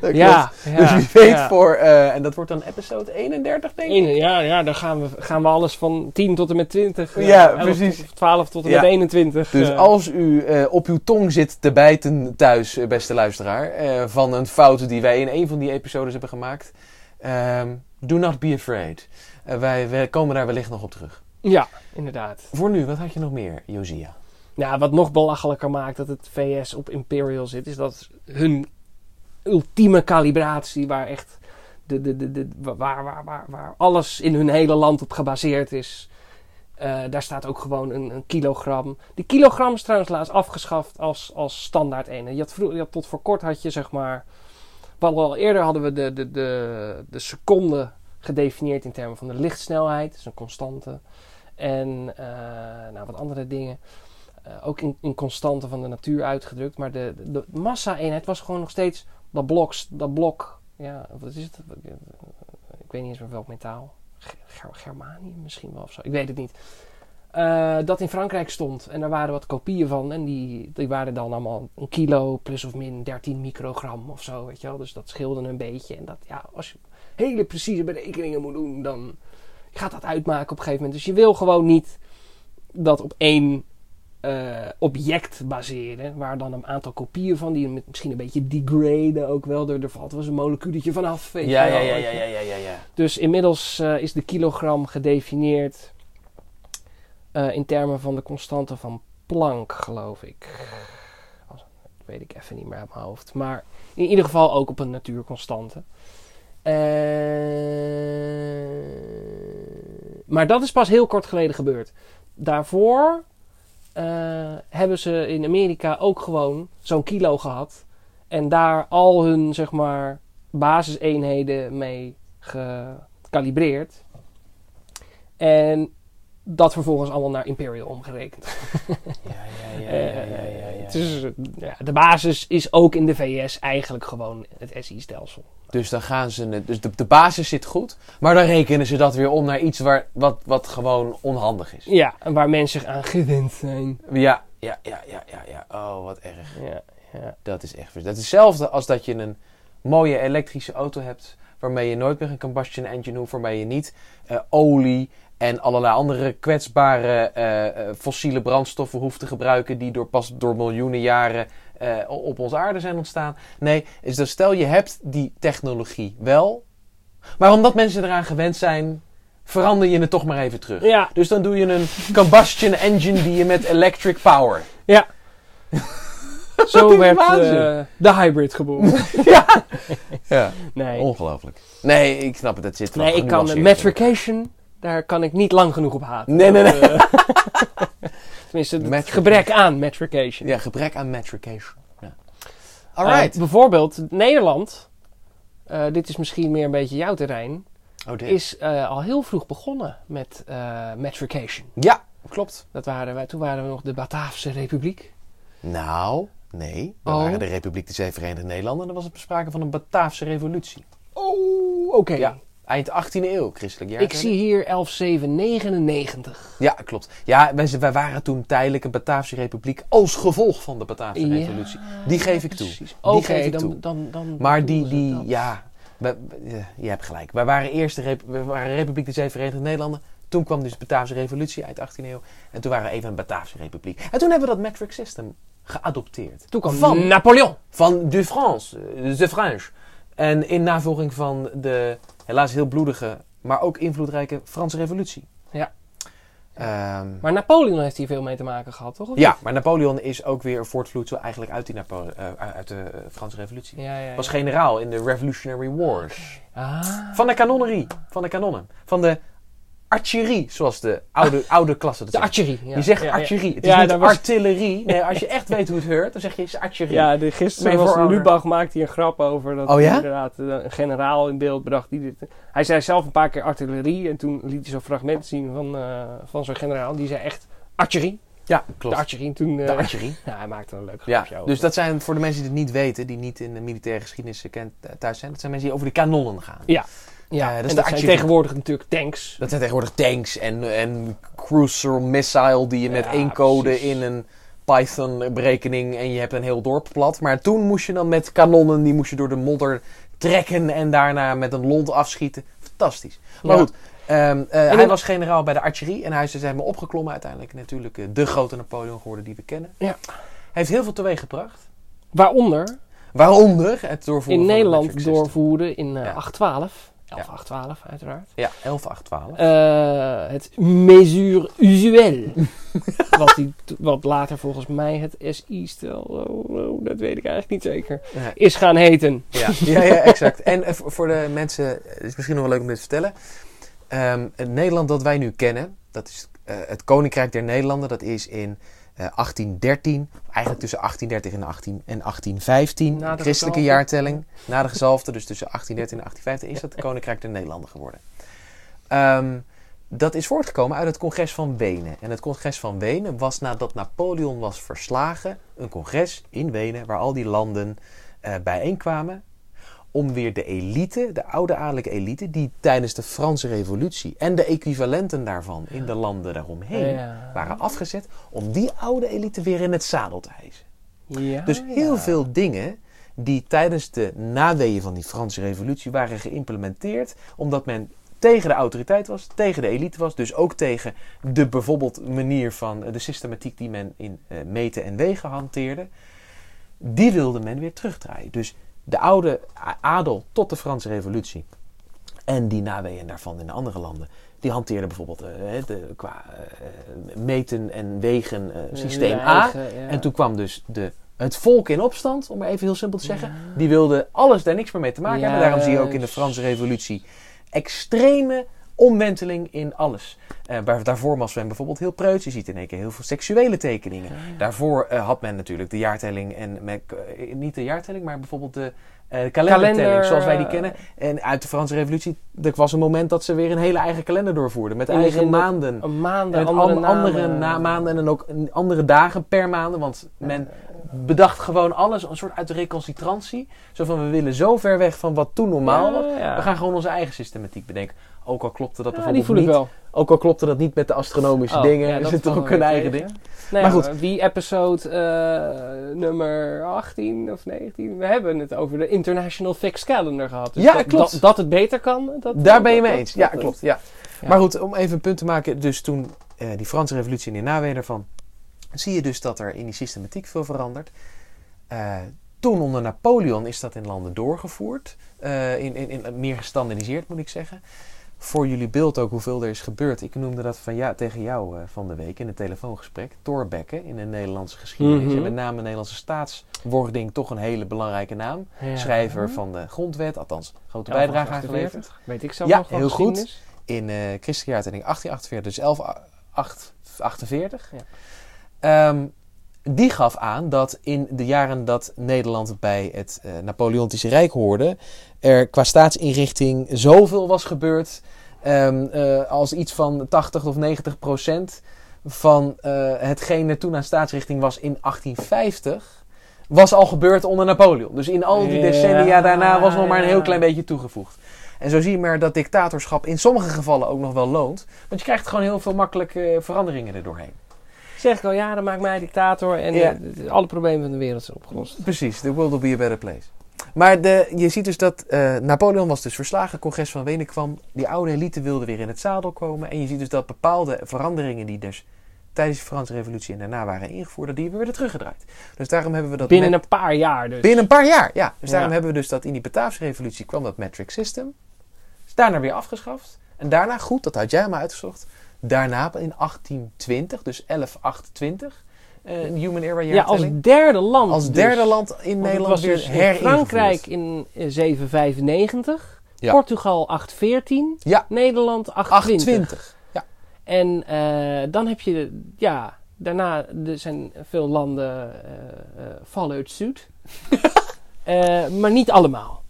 Speaker 2: ja, ja.
Speaker 1: dus wie weet
Speaker 2: ja.
Speaker 1: voor, eh, en dat wordt dan episode 31, denk ik.
Speaker 2: Eén- ja, ja, dan gaan we, gaan we alles van 10 tot en met 20. eh,
Speaker 1: Ja,
Speaker 2: 11
Speaker 1: precies.
Speaker 2: tot- 12 tot en
Speaker 1: Ja.
Speaker 2: met 21.
Speaker 1: Dus
Speaker 2: eh,
Speaker 1: als u eh, op uw tong zit te bijten thuis, eh, beste luisteraar, eh, van een fout die wij in een van die episodes hebben gemaakt, ehm, do not be afraid. Eh, wij, wij komen daar wellicht nog op terug.
Speaker 2: Ja, inderdaad.
Speaker 1: Voor nu, wat had je nog meer, Josia?
Speaker 2: Nou, wat nog belachelijker maakt dat het VS op Imperial zit, is dat hun ultieme kalibratie, waar echt de, de, de, de, waar, waar, waar, waar alles in hun hele land op gebaseerd is. eh, daar staat ook gewoon een, een kilogram. Die kilogram is trouwens laatst afgeschaft als, als standaard ene. Je had vroeger, je had tot voor kort had je zeg maar. Wat al eerder hadden we de, de, de, de seconde gedefinieerd in termen van de lichtsnelheid. Dat is een constante. En eh, nou, wat andere dingen. Eh, ook in, in constanten van de natuur uitgedrukt. Maar de, de, de massa-eenheid was gewoon nog steeds dat blok. s- Dat blok ja, wat is het? Ik weet niet eens meer welk metaal. Ge- Ger- Germanium misschien wel of zo. Ik weet het niet. Eh, dat in Frankrijk stond. En daar waren wat kopieën van. En die, die waren dan allemaal een kilo plus of min 13 microgram of zo. Weet je wel? Dus dat scheelde een beetje. En dat, ja, als je hele precieze berekeningen moet doen, dan gaat dat uitmaken op een gegeven moment. Dus je wil gewoon niet dat op één eh, object baseren, waar dan een aantal kopieën van, die met- misschien een beetje degraden ook wel, er, er valt wel eens een moleculetje vanaf. weet je wel, weet je.
Speaker 1: ja, ja, ja.
Speaker 2: Dus inmiddels eh, is de kilogram gedefinieerd eh, in termen van de constante van Planck, geloof ik. Als- Dat weet ik even niet meer uit mijn hoofd. Maar in ieder geval ook op een natuurconstante. Eh, maar dat is pas heel kort geleden gebeurd. Daarvoor eh, hebben ze in Amerika ook gewoon zo'n kilo gehad. En daar al hun, zeg maar, basiseenheden mee gecalibreerd. En dat vervolgens allemaal naar Imperial omgerekend.
Speaker 1: Ja, ja, ja, ja,
Speaker 2: Eh,
Speaker 1: ja, ja, ja.
Speaker 2: Dus, eh, ja, de basis is ook in de VS eigenlijk gewoon het SI-stelsel.
Speaker 1: Dus dan gaan ze. het- Dus de, de basis zit goed. Maar dan rekenen ze dat weer om naar iets waar, wat, wat gewoon onhandig is.
Speaker 2: Ja, en waar mensen aan gewend zijn.
Speaker 1: Ja, ja, ja, ja, ja, ja. Oh, wat erg.
Speaker 2: Ja, ja.
Speaker 1: Dat is echt. vers- Dat is hetzelfde als dat je een mooie elektrische auto hebt. waarmee je nooit meer een combustion engine hoeft. waarmee je niet eh, olie en allerlei andere kwetsbare eh, eh, fossiele brandstoffen hoeft te gebruiken. die door, pas door miljoenen jaren eh, op onze aarde zijn ontstaan. Nee, is dat stel je hebt die technologie wel. maar omdat mensen eraan gewend zijn. verander je het toch maar even terug.
Speaker 2: Ja,
Speaker 1: Dus dan doe je een combustion engine die je met electric power.
Speaker 2: ja. Zo
Speaker 1: is
Speaker 2: werd
Speaker 1: waanzin.
Speaker 2: eh, de hybrid geboren. Oh,
Speaker 1: Ja.
Speaker 2: Nee,
Speaker 1: Ongelooflijk. Nee, ik snap het. Dat zit wel
Speaker 2: nee ik kan
Speaker 1: genuanceerd in.
Speaker 2: metrication, daar kan ik niet lang genoeg op haten.
Speaker 1: Nee, nee, nee.
Speaker 2: Tenminste, het
Speaker 1: Metric-
Speaker 2: gebrek aan metrication.
Speaker 1: Ja, gebrek aan metrication. Ja.
Speaker 2: Eh,
Speaker 1: Alright.
Speaker 2: bijvoorbeeld Nederland, eh, dit is misschien meer een beetje jouw terrein,
Speaker 1: oh, dit.
Speaker 2: is eh, al heel vroeg begonnen met eh, metrication.
Speaker 1: Ja, klopt.
Speaker 2: Dat waren wij, toen waren we nog de Bataafse Republiek.
Speaker 1: Nou, nee. We
Speaker 2: Oh.
Speaker 1: waren de Republiek de Zee Verenigde Nederlanden. En er was sprake van een Bataafse revolutie.
Speaker 2: Oh, oké.
Speaker 1: Ja. Eind 18e eeuw, christelijk jaar.
Speaker 2: Ik zie hier 11799.
Speaker 1: Ja, klopt. Ja, wij, wij waren toen tijdelijk een Bataafse Republiek als gevolg van de Bataafse
Speaker 2: Ja,
Speaker 1: revolutie. Die geef ik toe.
Speaker 2: Precies.
Speaker 1: Die
Speaker 2: Oké,
Speaker 1: geef ik
Speaker 2: dan,
Speaker 1: toe.
Speaker 2: dan, dan,
Speaker 1: Maar die,
Speaker 2: bedoelen ze
Speaker 1: die
Speaker 2: dat.
Speaker 1: ja, we- we- ja, je hebt gelijk. Wij waren eerst de Rep- we waren Republiek der Zeven Verenigde Nederlanden. Toen kwam dus de Bataafse Revolutie uit de 18e eeuw. En toen waren we even een Bataafse Republiek. En toen hebben we dat metric system geadopteerd.
Speaker 2: Toen kwam
Speaker 1: van-
Speaker 2: Napoleon.
Speaker 1: Van de France, eh, de French. En in navolging van de helaas heel bloedige, maar ook invloedrijke Franse Revolutie.
Speaker 2: Ja.
Speaker 1: Ehm,
Speaker 2: Maar Napoleon heeft hier veel mee te maken gehad, toch? Of
Speaker 1: ja, maar Napoleon is ook weer een voortvloedsel eigenlijk uit, die Napo- eh, uit de eh, Franse Revolutie.
Speaker 2: niet? Ja, ja, ja.
Speaker 1: Was generaal in de Revolutionary Wars.
Speaker 2: Ah,
Speaker 1: Van de kanonnerie. Van de kanonnen. Van de artillerie, zoals de oude, oude klasse dat
Speaker 2: de
Speaker 1: zegt.
Speaker 2: archerie. Ja.
Speaker 1: Je zegt
Speaker 2: ja, ja.
Speaker 1: artillerie. Het is
Speaker 2: Ja,
Speaker 1: niet
Speaker 2: daar was-
Speaker 1: artillerie. Nee, als je echt weet hoe het heurt, dan zeg je is artillerie.
Speaker 2: Ja, de, gisteren
Speaker 1: Mijn
Speaker 2: was
Speaker 1: voorouder.
Speaker 2: Lubach maakte hier een grap over. Dat
Speaker 1: Oh ja?
Speaker 2: hij inderdaad eh, een generaal in beeld bracht. Die dit, hij zei zelf een paar keer artillerie. En toen liet hij zo'n fragment zien van, eh, van zo'n generaal. Die zei echt archerie.
Speaker 1: Ja,
Speaker 2: De
Speaker 1: klopt. De,
Speaker 2: archerie. En Toen, eh,
Speaker 1: artillerie.
Speaker 2: ja, hij maakte een leuk
Speaker 1: Ja,
Speaker 2: grapje over.
Speaker 1: dus dat zijn voor de mensen die het niet weten, die niet in de militaire geschiedenis eh, kent, eh, thuis zijn, dat zijn mensen die over de kanonnen gaan.
Speaker 2: Ja. ja,
Speaker 1: eh, dat is de
Speaker 2: dat en dat zijn
Speaker 1: archerie.
Speaker 2: tegenwoordig natuurlijk tanks.
Speaker 1: Dat zijn tegenwoordig tanks en, en cruiser missile die je met
Speaker 2: Ja,
Speaker 1: één code
Speaker 2: precies.
Speaker 1: in een Python berekening en je hebt een heel dorp plat. Maar toen moest je dan met kanonnen, die moest je door de modder trekken en daarna met een lont afschieten. Fantastisch. Maar
Speaker 2: Ja.
Speaker 1: goed, ehm, eh, hij
Speaker 2: dan-
Speaker 1: was generaal bij de archerie en hij is dus helemaal opgeklommen uiteindelijk. Natuurlijk eh, de grote Napoleon geworden die we kennen.
Speaker 2: Ja.
Speaker 1: Hij heeft heel veel teweeg gebracht.
Speaker 2: Waaronder
Speaker 1: Waaronder het doorvoeren van
Speaker 2: in
Speaker 1: de
Speaker 2: Nederland
Speaker 1: metric system.
Speaker 2: doorvoeren in eh,
Speaker 1: Ja.
Speaker 2: 812. 11-812 uiteraard.
Speaker 1: Ja, 11, 8, 12.
Speaker 2: Eh, het mesure usuel. wat, die, wat later volgens mij het SI-stel, oh, oh, dat weet ik eigenlijk niet zeker,
Speaker 1: Ja.
Speaker 2: is gaan heten.
Speaker 1: Ja, ja, ja exact. En eh, voor voor de mensen, eh, het is misschien nog wel leuk om dit te vertellen. Ehm, het Nederland dat wij nu kennen, dat is eh, het Koninkrijk der Nederlanden. Dat is in eh, 1813, eigenlijk tussen 1830 en, 18, en 1815,
Speaker 2: Na de
Speaker 1: christelijke
Speaker 2: gezalfde.
Speaker 1: jaartelling. Na de gezalfde, dus tussen 1813 en 1815, is dat het Koninkrijk der Nederlanden geworden. Ehm, dat is voortgekomen uit het congres van Wenen. En het congres van Wenen was nadat Napoleon was verslagen, een congres in Wenen waar al die landen eh bijeenkwamen om weer de elite, de oude adellijke elite, die tijdens de Franse Revolutie en de equivalenten daarvan in de landen daaromheen
Speaker 2: Ja.
Speaker 1: waren afgezet, om die oude elite weer in het zadel te hijsen.
Speaker 2: Ja,
Speaker 1: Dus heel
Speaker 2: ja.
Speaker 1: veel dingen die tijdens de naweeën van die Franse Revolutie waren geïmplementeerd, omdat men tegen de autoriteit was, tegen de elite was, dus ook tegen de bijvoorbeeld manier van eh, de systematiek die men in eh, meten en wegen hanteerde, die wilde men weer terugdraaien. Dus de oude a- adel tot de Franse Revolutie en die naweeën daarvan in de andere landen, die hanteerden bijvoorbeeld eh, hè, de, qua eh, meten en wegen eh, systeem A.
Speaker 2: Eigen, ja.
Speaker 1: En toen kwam dus de Het volk in opstand, om maar even heel simpel te zeggen, die wilde alles daar niks meer mee te maken hebben. Daarom zie je ook in de
Speaker 2: Juist.
Speaker 1: Franse Revolutie extreme omwenteling in alles. Eh, waar, daarvoor was men bijvoorbeeld heel preuts. Je ziet in één keer heel veel seksuele tekeningen. Daarvoor eh, had men natuurlijk de jaartelling en met, eh, niet de jaartelling, maar bijvoorbeeld de eh, kalendertelling,
Speaker 2: Kalender,
Speaker 1: zoals wij die
Speaker 2: eh,
Speaker 1: kennen. En uit de Franse Revolutie, er was een moment dat ze weer een hele eigen kalender doorvoerden met
Speaker 2: In de
Speaker 1: eigen
Speaker 2: zin dat-
Speaker 1: maanden.
Speaker 2: Een maand,
Speaker 1: Met
Speaker 2: andere,
Speaker 1: andere, andere
Speaker 2: namen.
Speaker 1: na- maanden en dan ook een- andere dagen per maanden. Want men bedacht gewoon alles, een soort uit de reconcentrantie. Zo van, we willen zo ver weg van wat toen normaal was.
Speaker 2: Ja, ja.
Speaker 1: We gaan gewoon onze eigen systematiek bedenken. Ook al klopte dat
Speaker 2: Ja, die
Speaker 1: bijvoorbeeld
Speaker 2: voel ik
Speaker 1: niet.
Speaker 2: wel.
Speaker 1: Ook al klopte dat niet met de astronomische
Speaker 2: Oh,
Speaker 1: dingen.
Speaker 2: ja,
Speaker 1: er
Speaker 2: dat
Speaker 1: zit
Speaker 2: valt
Speaker 1: ook
Speaker 2: wel
Speaker 1: een
Speaker 2: weer
Speaker 1: eigen
Speaker 2: tegen.
Speaker 1: ding. Maar
Speaker 2: Nee, maar
Speaker 1: goed.
Speaker 2: goed. Wie episode eh, nummer 18 of 19? We hebben het over de International Fixed Calendar gehad. Dus
Speaker 1: Ja,
Speaker 2: dat,
Speaker 1: klopt.
Speaker 2: Dat, dat het beter kan. Dat,
Speaker 1: Daar ben je mee
Speaker 2: dat-
Speaker 1: eens.
Speaker 2: dat-
Speaker 1: Ja,
Speaker 2: dat-
Speaker 1: klopt. Ja.
Speaker 2: Ja.
Speaker 1: Maar goed, om even een punt te maken. Dus toen eh, die Franse revolutie en de nawee daarvan... zie je dus dat er in die systematiek veel verandert. Eh, toen onder Napoleon is dat in landen doorgevoerd. Eh, in, in, in, meer gestandardiseerd, moet ik zeggen. Voor jullie beeld ook hoeveel er is gebeurd. Ik noemde dat van ja, tegen jou eh, van de week in het telefoongesprek. Thoorbekken in de Nederlandse geschiedenis.
Speaker 2: Mhm.
Speaker 1: En met name de Nederlandse staatswording toch een hele belangrijke naam.
Speaker 2: Ja.
Speaker 1: Schrijver van de grondwet, althans grote
Speaker 2: Ja,
Speaker 1: bijdrage
Speaker 2: van
Speaker 1: aangeleverd.
Speaker 2: 48. Weet ik zelf
Speaker 1: Ja,
Speaker 2: nog van
Speaker 1: heel goed.
Speaker 2: geschiedenis.
Speaker 1: in eh christelijke jaartelling 1848, dus 1148.
Speaker 2: Ja.
Speaker 1: Ehm, die gaf aan dat in de jaren dat Nederland bij het eh, Napoleontische Rijk hoorde, er qua staatsinrichting zoveel was gebeurd, ehm, eh, als iets van 80 of 90 procent van eh, hetgeen er toen aan staatsrichting was in 1850, was al gebeurd onder Napoleon. Dus in al die
Speaker 2: Ja,
Speaker 1: decennia daarna was nog maar een heel
Speaker 2: ja.
Speaker 1: klein beetje toegevoegd. En zo zie je maar dat dictatorschap in sommige gevallen ook nog wel loont. Want je krijgt gewoon heel veel makkelijke veranderingen erdoorheen.
Speaker 2: Zeg ik al, ja, dan maakt mij dictator en
Speaker 1: Ja.
Speaker 2: eh, alle problemen van de wereld zijn opgelost.
Speaker 1: Precies, the world will be a better place. Maar de, je ziet dus dat eh, Napoleon was dus verslagen, congres van Wenen kwam. Die oude elite wilde weer in het zadel komen. En je ziet dus dat bepaalde veranderingen die dus tijdens de Franse revolutie en daarna waren ingevoerd, dat die weer werden teruggedraaid. Dus daarom hebben we dat...
Speaker 2: Binnen
Speaker 1: met-
Speaker 2: een paar jaar dus.
Speaker 1: Binnen een paar jaar, ja. Dus
Speaker 2: Ja.
Speaker 1: daarom hebben we dus dat in die Bataafse revolutie kwam dat metric system. Is daarna weer afgeschaft. En daarna, goed, dat had jij maar uitgezocht. Daarna in 1820, dus 1128, eh, een human era
Speaker 2: ja, als
Speaker 1: jaartelling.
Speaker 2: derde land.
Speaker 1: als,
Speaker 2: dus.
Speaker 1: derde land in
Speaker 2: Want het
Speaker 1: Nederland
Speaker 2: was
Speaker 1: weer
Speaker 2: dus in
Speaker 1: heringevoerd.
Speaker 2: Frankrijk in eh, 795,
Speaker 1: Ja.
Speaker 2: Portugal 814,
Speaker 1: Ja.
Speaker 2: Nederland 820.
Speaker 1: 820.
Speaker 2: En eh, dan heb je, de- ja, daarna er zijn veel landen eh eh, Fallout Zuid. Eh, maar niet allemaal.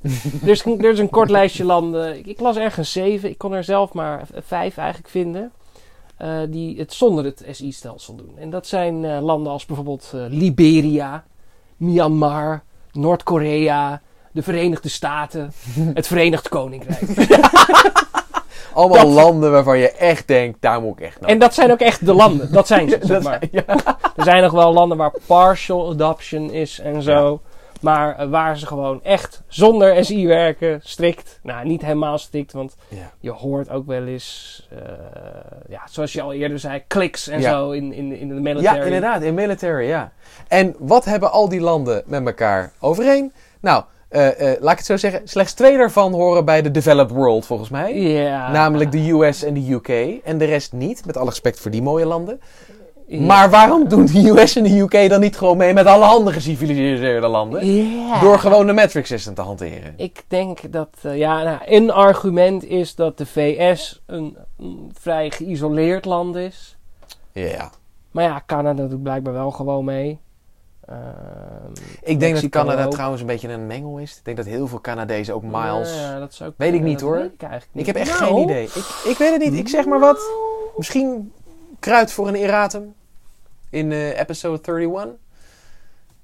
Speaker 2: er, is, een- er is een kort lijstje landen. Ik, ik las ergens zeven. Ik kon er zelf maar v- vijf eigenlijk vinden. eh, die het zonder het SI-stelsel doen. En dat zijn eh, landen als bijvoorbeeld eh, Liberia, Myanmar, Noord-Korea, de Verenigde Staten, het Verenigd Koninkrijk.
Speaker 1: Allemaal landen waarvan je echt denkt, daar moet ik echt naar.
Speaker 2: En dat zijn ook echt de landen. Dat zijn ze,
Speaker 1: Nou. Ja, dat
Speaker 2: zeg maar.
Speaker 1: zijn- ja.
Speaker 2: Er zijn nog wel landen waar partial adoption is en zo. Maar eh, waar ze gewoon echt zonder SI werken, strikt. Nou, niet helemaal strikt, want
Speaker 1: Ja.
Speaker 2: je hoort ook wel eens, eh, ja, zoals je al eerder zei, kliks en
Speaker 1: Ja.
Speaker 2: zo in, in, in de military.
Speaker 1: Ja, inderdaad, in military, ja. En wat hebben al die landen met elkaar overeen? Nou, eh, eh, laat ik het zo zeggen, slechts twee daarvan horen bij de developed world, volgens mij.
Speaker 2: Ja.
Speaker 1: Namelijk de US en de UK. En de rest niet, met alle respect voor die mooie landen.
Speaker 2: Ja.
Speaker 1: Maar waarom doen de US en de UK dan niet gewoon mee met alle andere geciviliseerde landen?
Speaker 2: Ja.
Speaker 1: Door gewoon de metric system te hanteren.
Speaker 2: Ik denk dat, eh, ja, nou, een argument is dat de VS een, een vrij geïsoleerd land is.
Speaker 1: Ja.
Speaker 2: Maar ja, Canada doet blijkbaar wel gewoon mee. Ehm,
Speaker 1: Ik denk dat
Speaker 2: Mexico
Speaker 1: Canada
Speaker 2: ook.
Speaker 1: trouwens een beetje een mengel is. Ik denk dat heel veel Canadezen ook miles...
Speaker 2: Ja, dat zou ook
Speaker 1: Weet ik
Speaker 2: kunnen.
Speaker 1: niet,
Speaker 2: Dat
Speaker 1: hoor.
Speaker 2: weet ik, eigenlijk
Speaker 1: Ik
Speaker 2: niet.
Speaker 1: heb echt
Speaker 2: Nou,
Speaker 1: geen idee. Ik, ik weet het niet. Ik zeg maar wat. Misschien kruid voor een erratum in eh, episode 31.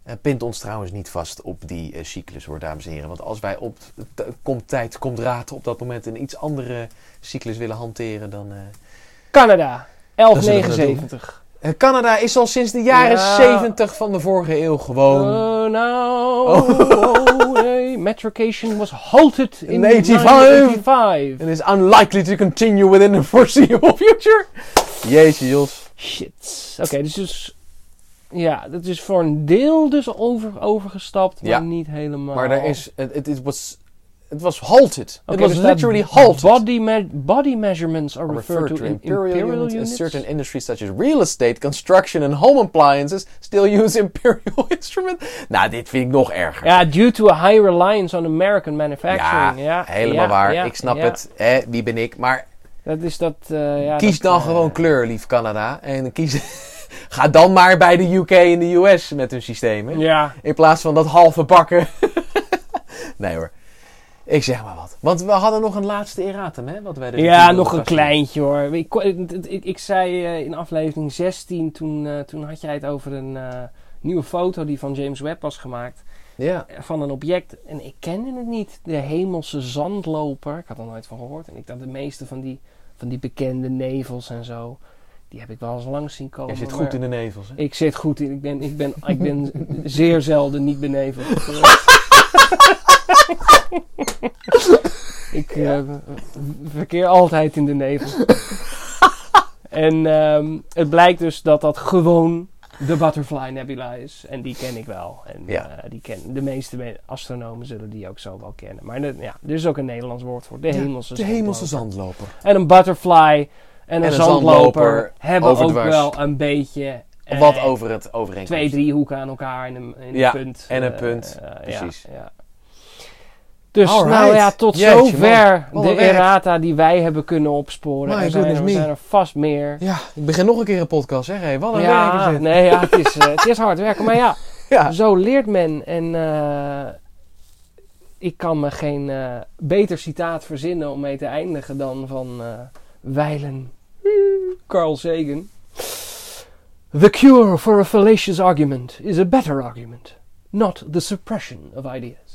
Speaker 1: Eh pint ons trouwens niet vast op die eh, cyclus hoor, dames en heren. Want als wij op t- komt tijd, komt raad op dat moment een iets andere cyclus willen hanteren dan... eh,
Speaker 2: Canada,
Speaker 1: Dat zullen we dat
Speaker 2: 1179.
Speaker 1: eh, Canada is al sinds de jaren
Speaker 2: Ja.
Speaker 1: 70 van de vorige eeuw gewoon...
Speaker 2: Oh, nou.
Speaker 1: Oh.
Speaker 2: Oh, nee. Metrication was halted in
Speaker 1: In 85.
Speaker 2: 1985.
Speaker 1: And is unlikely to continue within the foreseeable future. Jeetje, Jos.
Speaker 2: Shit. Oké, dus, dus... Ja, dat is voor een deel dus over, overgestapt, maar
Speaker 1: Ja.
Speaker 2: niet helemaal.
Speaker 1: Maar er is, het, het, het was Het was halted.
Speaker 2: Oké,
Speaker 1: het was
Speaker 2: Oh. dus dat
Speaker 1: literally halted.
Speaker 2: Body, me- body measurements are referred to in imperial,
Speaker 1: units,
Speaker 2: units.
Speaker 1: and certain industries such as real estate, construction and home appliances still use imperial instrument. Nou, dit vind ik nog erger.
Speaker 2: Ja, due to a high reliance on American manufacturing. Ja,
Speaker 1: helemaal
Speaker 2: ja,
Speaker 1: waar.
Speaker 2: ja,
Speaker 1: ik snap
Speaker 2: ja.
Speaker 1: het. Hè, wie ben ik? Maar
Speaker 2: Dat is dat... eh, ja,
Speaker 1: kies
Speaker 2: dat,
Speaker 1: dan
Speaker 2: eh,
Speaker 1: gewoon kleur, lief Canada. En kies... Ga dan maar bij de UK en de US met hun systemen.
Speaker 2: Ja,
Speaker 1: In plaats van dat halve bakken. nee hoor. Ik zeg maar wat. Want we hadden nog een laatste erratum, hè? Wat wij de
Speaker 2: ja
Speaker 1: de-
Speaker 2: nog een
Speaker 1: de-
Speaker 2: kleintje hoor. Ik, ko- ik, ik- ik zei eh, in aflevering 16, toen, eh, toen had jij het over een eh, nieuwe foto die van James Webb was gemaakt.
Speaker 1: Ja.
Speaker 2: eh, Van een object. En ik kende het niet. De hemelse zandloper. Ik had er nooit van gehoord. En ik dacht de meeste van die, van die bekende nevels en zo. Die heb ik wel eens langs zien komen.
Speaker 1: Jij zit
Speaker 2: maar-
Speaker 1: goed in de nevels, hè?
Speaker 2: Ik zit goed in. Ik ben, ik ben, ik ben zeer zelden niet beneveld. ik eh, verkeer altijd in de nevel. en ehm, het blijkt dus dat dat gewoon de Butterfly Nebula is. En die ken ik wel. En
Speaker 1: Ja.
Speaker 2: eh, die ken, de meeste me- astronomen zullen die ook zo wel kennen. Maar dat- ja, er is ook een Nederlands woord voor. De
Speaker 1: Ja,
Speaker 2: hemelse
Speaker 1: De hemelse
Speaker 2: zandloper.
Speaker 1: zandloper.
Speaker 2: En een butterfly en een,
Speaker 1: een
Speaker 2: zandloper,
Speaker 1: zandloper
Speaker 2: hebben ook
Speaker 1: overdwars.
Speaker 2: wel een beetje eh,
Speaker 1: Wat over het overeenkomst.
Speaker 2: twee, drie hoeken aan elkaar in een, in
Speaker 1: Ja,
Speaker 2: een punt.
Speaker 1: en een
Speaker 2: Eh,
Speaker 1: punt.
Speaker 2: eh, ja,
Speaker 1: Precies.
Speaker 2: ja. Dus
Speaker 1: Alright.
Speaker 2: nou ja, tot
Speaker 1: Jeetje, man.
Speaker 2: zover
Speaker 1: Wat
Speaker 2: de
Speaker 1: een werk.
Speaker 2: errata die wij hebben kunnen opsporen.
Speaker 1: My
Speaker 2: er, zijn er,
Speaker 1: goodness
Speaker 2: er
Speaker 1: me.
Speaker 2: zijn er vast meer.
Speaker 1: Ja, ik begin nog een keer een podcast, zeg. Hey, wat een werk is
Speaker 2: Ja,
Speaker 1: dit.
Speaker 2: nee, ja, het, is, eh, het is hard werken. Maar ja,
Speaker 1: Ja.
Speaker 2: zo leert men. En eh, ik kan me geen eh, beter citaat verzinnen om mee te eindigen dan van eh Weilen Carl Sagan. The cure for a fallacious argument is a better argument, not the suppression of ideas.